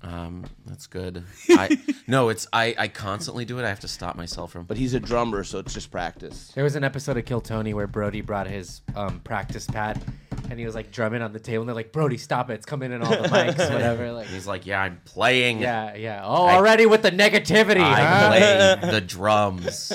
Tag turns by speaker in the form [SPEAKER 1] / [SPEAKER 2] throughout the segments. [SPEAKER 1] Um, that's good. I no, it's I I constantly do it. I have to stop myself from.
[SPEAKER 2] But he's a drummer, so it's just practice.
[SPEAKER 3] There was an episode of Kill Tony where Brody brought his um, practice pad, and he was like drumming on the table, and they're like, "Brody, stop it! It's coming in all the mics, whatever." Like,
[SPEAKER 1] He's like, yeah, I'm playing.
[SPEAKER 3] yeah, yeah. Oh,
[SPEAKER 1] I-
[SPEAKER 3] already with the negativity. huh?
[SPEAKER 1] I play the drums.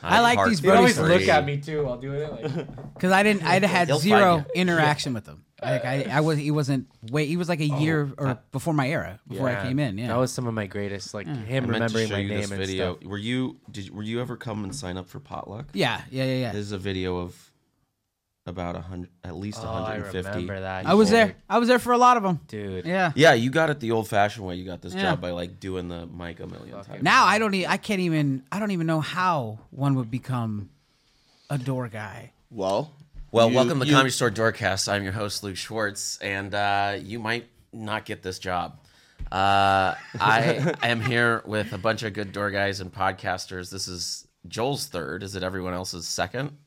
[SPEAKER 4] I like these
[SPEAKER 3] You always
[SPEAKER 1] Brody
[SPEAKER 3] look at me too while doing it. Like,
[SPEAKER 4] because I didn't. I had
[SPEAKER 1] They'll find
[SPEAKER 4] zero
[SPEAKER 1] you.
[SPEAKER 4] interaction with him. Like I, I was. He wasn't. Wait, he was like a year or before my era. Before
[SPEAKER 1] Oh, yeah.
[SPEAKER 4] I came in. Yeah.
[SPEAKER 3] that was some of my greatest, like him
[SPEAKER 1] I meant to
[SPEAKER 3] remembering
[SPEAKER 1] show
[SPEAKER 3] my
[SPEAKER 1] you
[SPEAKER 3] name
[SPEAKER 1] this
[SPEAKER 3] and
[SPEAKER 1] video.
[SPEAKER 3] stuff.
[SPEAKER 1] Were you did were you ever come and sign up for potluck?
[SPEAKER 4] yeah. Yeah. Yeah. Yeah.
[SPEAKER 1] This is a video of about a hundred, at least
[SPEAKER 3] Oh, I
[SPEAKER 1] 150.
[SPEAKER 3] remember that.
[SPEAKER 4] I was
[SPEAKER 3] Dude.
[SPEAKER 4] there. I was there for a lot of them.
[SPEAKER 3] dude.
[SPEAKER 4] Yeah.
[SPEAKER 1] Yeah, you got it the old-fashioned way. You got this
[SPEAKER 4] Yeah.
[SPEAKER 1] job by like doing the mic a million times.
[SPEAKER 4] Now I don't. e- I can't even. I don't even know how one would become a door guy.
[SPEAKER 2] Well,
[SPEAKER 1] Well,
[SPEAKER 2] you-
[SPEAKER 1] welcome to
[SPEAKER 2] you-
[SPEAKER 1] Comedy Store Doorcast. I'm your host, Luke Schwartz, and uh, you might not get this job. Uh, I am here with a bunch of good door guys and podcasters. This is Joel's third. Is it everyone else's second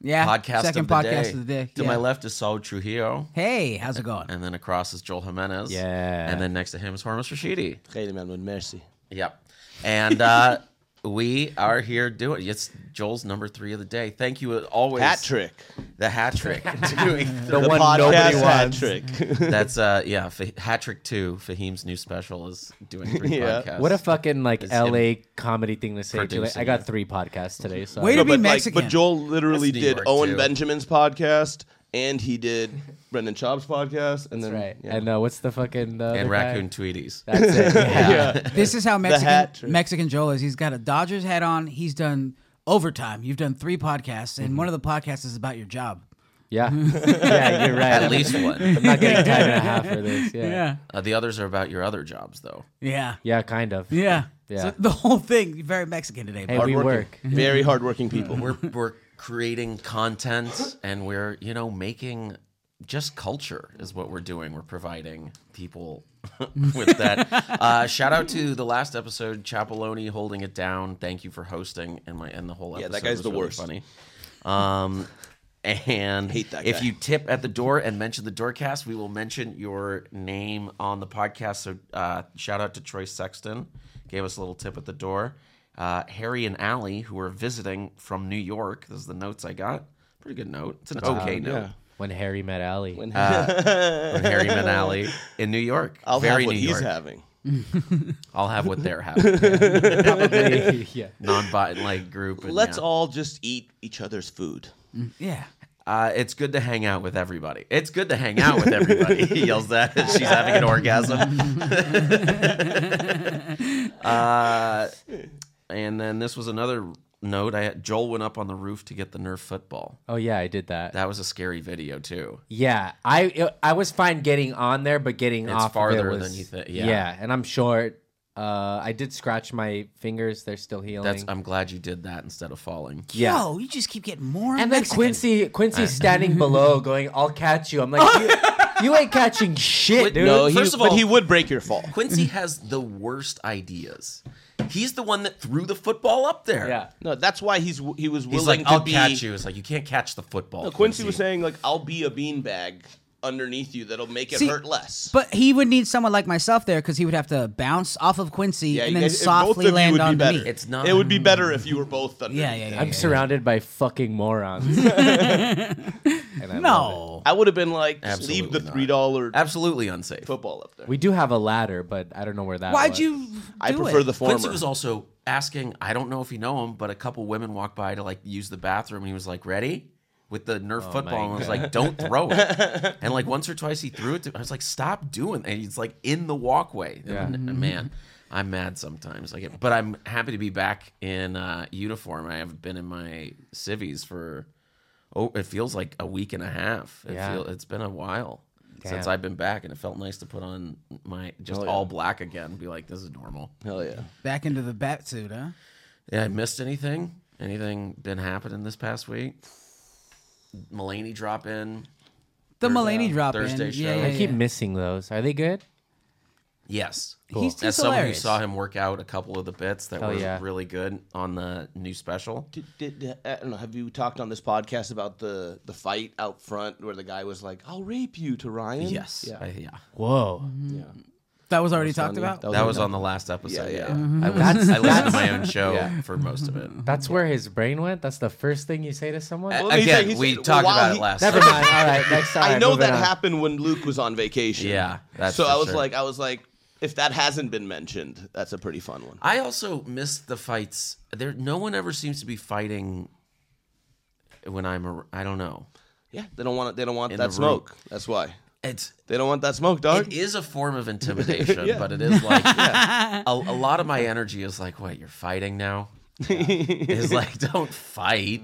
[SPEAKER 4] Yeah.
[SPEAKER 1] podcast?
[SPEAKER 4] Second
[SPEAKER 1] of the
[SPEAKER 4] podcast
[SPEAKER 1] day.
[SPEAKER 4] of the day.
[SPEAKER 1] To
[SPEAKER 4] yeah.
[SPEAKER 1] my left is Saul Trujillo,
[SPEAKER 4] Hey, how's it going?
[SPEAKER 1] and then across is Joel Jimenez.
[SPEAKER 3] Yeah.
[SPEAKER 1] And then next to him is Hormus Rashidi.
[SPEAKER 2] Hey, man, with mercy.
[SPEAKER 1] Yep. And uh, we are here doing it's Joel's number three of the day. Thank you as always.
[SPEAKER 2] Hat trick.
[SPEAKER 1] The hat trick. Doing-
[SPEAKER 2] The
[SPEAKER 3] one
[SPEAKER 2] podcast
[SPEAKER 3] nobody
[SPEAKER 2] hat
[SPEAKER 3] wants.
[SPEAKER 2] trick.
[SPEAKER 1] That's uh yeah, Fa- hat trick two. Fahim's new special is doing three
[SPEAKER 2] Yeah.
[SPEAKER 1] podcasts.
[SPEAKER 3] What a fucking like
[SPEAKER 1] It's him
[SPEAKER 3] LA comedy thing to say. Too. Like, I
[SPEAKER 1] producing
[SPEAKER 3] got
[SPEAKER 1] it.
[SPEAKER 3] three podcasts today. So
[SPEAKER 4] Way to
[SPEAKER 2] No,
[SPEAKER 4] be
[SPEAKER 2] but, like,
[SPEAKER 4] Mexican.
[SPEAKER 2] but Joel literally
[SPEAKER 1] That's New
[SPEAKER 2] did
[SPEAKER 1] York,
[SPEAKER 2] Owen
[SPEAKER 1] too.
[SPEAKER 2] Benjamin's podcast, and he did Brendan Chobb's podcast, and then
[SPEAKER 3] right.
[SPEAKER 2] yeah.
[SPEAKER 3] And uh, what's the fucking uh,
[SPEAKER 1] and
[SPEAKER 3] the guy?
[SPEAKER 1] raccoon tweeties.
[SPEAKER 3] That's it. Yeah.
[SPEAKER 4] This is how
[SPEAKER 2] hat
[SPEAKER 4] Mexican
[SPEAKER 2] trick.
[SPEAKER 4] Mexican Joel is. He's got a Dodgers hat on. He's done overtime. You've done three podcasts,
[SPEAKER 1] Mm-hmm.
[SPEAKER 4] and one of the podcasts is about your job.
[SPEAKER 3] Yeah. yeah, you're right.
[SPEAKER 1] At least one.
[SPEAKER 3] I'm not getting time and a half for this. Yeah. Yeah,
[SPEAKER 1] Uh, the others are about your other jobs though.
[SPEAKER 4] Yeah.
[SPEAKER 3] kind of.
[SPEAKER 4] Yeah.
[SPEAKER 3] Yeah.
[SPEAKER 4] So the whole thing very Mexican today.
[SPEAKER 3] Hey,
[SPEAKER 4] bud.
[SPEAKER 3] we
[SPEAKER 2] Hardworking.
[SPEAKER 3] work.
[SPEAKER 2] Very hardworking people.
[SPEAKER 1] We're we're creating content and we're, you know, making just culture is what we're doing. We're providing people with that. uh, shout out to the last episode, Chapeloni holding it down. Thank you for hosting and my and the whole
[SPEAKER 2] Yeah,
[SPEAKER 1] episode.
[SPEAKER 2] that guy's
[SPEAKER 1] was
[SPEAKER 2] the
[SPEAKER 1] really
[SPEAKER 2] worst.
[SPEAKER 1] Funny. Um, and
[SPEAKER 2] Hate that
[SPEAKER 1] if
[SPEAKER 2] guy.
[SPEAKER 1] you tip at the door and mention the doorcast, we will mention your name on the podcast. So uh, shout out to Troy Sexton, gave us a little tip at the door. Uh, Harry and Allie, who are visiting from New York. This is the notes I got. Pretty good note. It's an okay note.
[SPEAKER 3] When Harry met Allie.
[SPEAKER 1] From Harry and Allie in New York.
[SPEAKER 2] I'll
[SPEAKER 1] Very
[SPEAKER 2] have what
[SPEAKER 1] New
[SPEAKER 2] he's
[SPEAKER 1] York.
[SPEAKER 2] having.
[SPEAKER 1] I'll have what they're having.
[SPEAKER 3] Probably. yeah.
[SPEAKER 1] Non-bot like group. and
[SPEAKER 2] Let's
[SPEAKER 1] yeah.
[SPEAKER 2] all just eat each other's food.
[SPEAKER 4] Yeah.
[SPEAKER 1] Uh, it's good to hang out with everybody. It's good to hang out with everybody. he yells that as she's having an orgasm. uh, and then this was another note. I had, Joel went up on the roof to get the Nerf football.
[SPEAKER 3] Oh yeah, I did that.
[SPEAKER 1] That was a scary video too.
[SPEAKER 3] Yeah, I I was fine getting on there, but getting
[SPEAKER 1] It's
[SPEAKER 3] off of
[SPEAKER 1] farther
[SPEAKER 3] it was,
[SPEAKER 1] than you think- yeah.
[SPEAKER 3] and I'm short. Uh, I did scratch my fingers; they're still healing.
[SPEAKER 1] That's. I'm glad you did that instead of falling.
[SPEAKER 3] yeah.
[SPEAKER 4] Yo, you just keep getting more.
[SPEAKER 3] and then
[SPEAKER 4] Mexican.
[SPEAKER 3] Quincy Quincy's standing below, going, "I'll catch you." I'm like, "You, you ain't catching shit, dude."
[SPEAKER 2] no, he,
[SPEAKER 1] first of
[SPEAKER 2] but
[SPEAKER 1] all-
[SPEAKER 2] he would break your fall.
[SPEAKER 1] Quincy has the worst ideas. He's the one that threw the football up there.
[SPEAKER 3] yeah,
[SPEAKER 2] No, that's why he's w- he was willing
[SPEAKER 1] He's like,
[SPEAKER 2] to
[SPEAKER 1] I'll
[SPEAKER 2] be.
[SPEAKER 1] catch you. It's like you can't catch the football.
[SPEAKER 2] No, Quincy was saying like, I'll be a beanbag underneath you that'll make it
[SPEAKER 4] See,
[SPEAKER 2] hurt less.
[SPEAKER 4] But he would need someone like myself there because he would have to bounce off of Quincy
[SPEAKER 2] yeah,
[SPEAKER 4] and
[SPEAKER 2] you
[SPEAKER 4] then
[SPEAKER 2] guys- if both
[SPEAKER 4] softly
[SPEAKER 2] of you
[SPEAKER 4] land
[SPEAKER 2] would
[SPEAKER 4] on
[SPEAKER 2] be better.
[SPEAKER 4] me.
[SPEAKER 1] It's not-
[SPEAKER 2] It would be better if you were both underneath.
[SPEAKER 4] yeah, yeah, yeah.
[SPEAKER 3] I'm
[SPEAKER 4] yeah,
[SPEAKER 3] surrounded by fucking morons. and I
[SPEAKER 4] yeah.
[SPEAKER 3] love it.
[SPEAKER 4] No.
[SPEAKER 2] I would have been like, just
[SPEAKER 1] Absolutely
[SPEAKER 2] leave the
[SPEAKER 1] not.
[SPEAKER 2] three dollar
[SPEAKER 1] absolutely unsafe.
[SPEAKER 2] football up there.
[SPEAKER 3] we do have a ladder, but I don't know where that.
[SPEAKER 4] Why'd
[SPEAKER 3] was.
[SPEAKER 4] you?
[SPEAKER 2] I
[SPEAKER 4] do
[SPEAKER 2] prefer
[SPEAKER 4] it?
[SPEAKER 2] the former.
[SPEAKER 1] Quincy was also asking, I don't know if you know him, but a couple women walked by to like use the bathroom and he was like, ready? With the
[SPEAKER 3] Oh
[SPEAKER 1] Nerf football, and I was like, "Don't throw it!" and like once or twice, he threw it. To, I was like, "Stop doing!" And he's like in the walkway.
[SPEAKER 3] Yeah.
[SPEAKER 1] And, and man, I'm mad sometimes. I get, but I'm happy to be back in uh, uniform. I haven't been in my civvies for oh, it feels like a week and a half. It
[SPEAKER 3] Yeah.
[SPEAKER 1] feel, it's been a while since
[SPEAKER 3] Damn. Oh,
[SPEAKER 1] I've been back, and it felt nice to put on my just all black again. and Be like, "This is normal."
[SPEAKER 2] Hell yeah.
[SPEAKER 4] Back into the bat suit, huh?
[SPEAKER 1] Yeah, I missed anything? Anything been happening this past week? Mulaney drop in.
[SPEAKER 4] The Mulaney drop
[SPEAKER 1] Thursday
[SPEAKER 4] in.
[SPEAKER 1] show.
[SPEAKER 4] Yeah, yeah,
[SPEAKER 3] I
[SPEAKER 4] yeah.
[SPEAKER 3] keep missing those. Are they good?
[SPEAKER 1] Yes.
[SPEAKER 4] He's, he's
[SPEAKER 1] As someone who
[SPEAKER 4] hilarious.
[SPEAKER 1] saw him work out a couple of the bits that
[SPEAKER 3] Hell
[SPEAKER 1] were
[SPEAKER 3] yeah.
[SPEAKER 1] really good on the new special.
[SPEAKER 2] Did, did, I don't know. Have you talked on this podcast about the the fight out front where the guy was like, "I'll rape you" to Ryan?
[SPEAKER 1] Yes.
[SPEAKER 2] Yeah.
[SPEAKER 1] I- yeah.
[SPEAKER 3] Whoa.
[SPEAKER 2] yeah.
[SPEAKER 4] That was already Mm-hmm. talked about.
[SPEAKER 1] That was on the last episode.
[SPEAKER 2] Yeah,
[SPEAKER 1] Yeah,
[SPEAKER 2] yeah.
[SPEAKER 3] I- that's
[SPEAKER 1] I listened to
[SPEAKER 3] that's,
[SPEAKER 1] my own show
[SPEAKER 2] Yeah.
[SPEAKER 1] for most of it.
[SPEAKER 3] that's where his brain went. That's the first thing you say to someone.
[SPEAKER 2] Well, he said-
[SPEAKER 1] Again,
[SPEAKER 2] he
[SPEAKER 1] we
[SPEAKER 2] said,
[SPEAKER 1] talked
[SPEAKER 2] "Wow,
[SPEAKER 1] about
[SPEAKER 2] he-
[SPEAKER 1] it last.
[SPEAKER 3] Never
[SPEAKER 1] time.
[SPEAKER 3] mind. All right, next time.
[SPEAKER 2] Uh, I know
[SPEAKER 3] moving
[SPEAKER 2] that
[SPEAKER 3] on.
[SPEAKER 2] happened when Luke was on vacation.
[SPEAKER 1] Yeah, that's
[SPEAKER 2] so
[SPEAKER 1] for
[SPEAKER 2] I was
[SPEAKER 1] sure.
[SPEAKER 2] like, I was like, if that hasn't been mentioned, that's a pretty fun one.
[SPEAKER 1] I also miss the fights. There, no one ever seems to be fighting when I'm. ar- I don't know.
[SPEAKER 2] Yeah, they don't want it. They don't want
[SPEAKER 1] In
[SPEAKER 2] that
[SPEAKER 1] the room.
[SPEAKER 2] smoke. That's why
[SPEAKER 1] It's
[SPEAKER 2] they don't want that smoke, dog.
[SPEAKER 1] it is a form of intimidation, but it is like a, a lot of my energy is like, what you're fighting now? Is like, don't fight.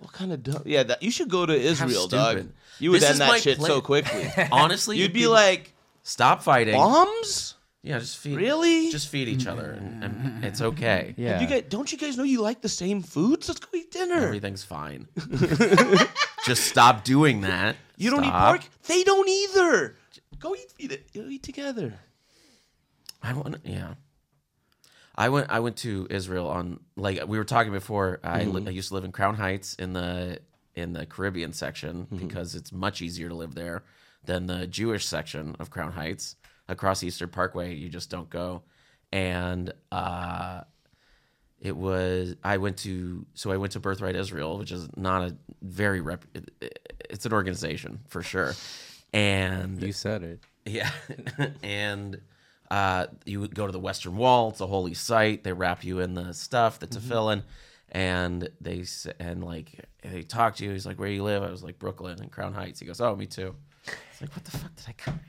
[SPEAKER 2] what kind of dumb? Yeah, that you should go to Israel, dog.
[SPEAKER 1] stupid.
[SPEAKER 2] You would
[SPEAKER 1] This is
[SPEAKER 2] end
[SPEAKER 1] my
[SPEAKER 2] that shit
[SPEAKER 1] plan-
[SPEAKER 2] so quickly.
[SPEAKER 1] Honestly,
[SPEAKER 2] You'd be
[SPEAKER 1] people-
[SPEAKER 2] like,
[SPEAKER 1] stop fighting.
[SPEAKER 2] bombs?
[SPEAKER 1] Yeah, just feed.
[SPEAKER 2] Really?
[SPEAKER 1] Just feed each other, and, and it's okay.
[SPEAKER 3] Yeah.
[SPEAKER 2] You guys, don't you guys know you like the same foods? Let's go eat dinner.
[SPEAKER 1] everything's fine. just stop doing that.
[SPEAKER 2] You don't
[SPEAKER 1] Stop.
[SPEAKER 2] eat pork? They don't either. Go eat, eat it. You eat together.
[SPEAKER 1] I want. Yeah. I went. I went to Israel on like we were talking before. I, li- I used to live in Crown Heights in the in the Caribbean section because it's much easier to live there than the Jewish section of Crown Heights across Easter Parkway. You just don't go, and uh, it was I went to so I went to Birthright Israel, which is not a very rep. it- it- It's an organization for sure, and
[SPEAKER 3] You said it.
[SPEAKER 1] yeah. and uh, you would go to the Western Wall. It's a holy site. They wrap you in the stuff, the
[SPEAKER 3] Mm-hmm.
[SPEAKER 1] tefillin, and they s- and like they talk to you. He's like, "Where you live?" I was like, "Brooklyn and Crown Heights." He goes, "Oh, me too." It's like, "What the fuck did I come?"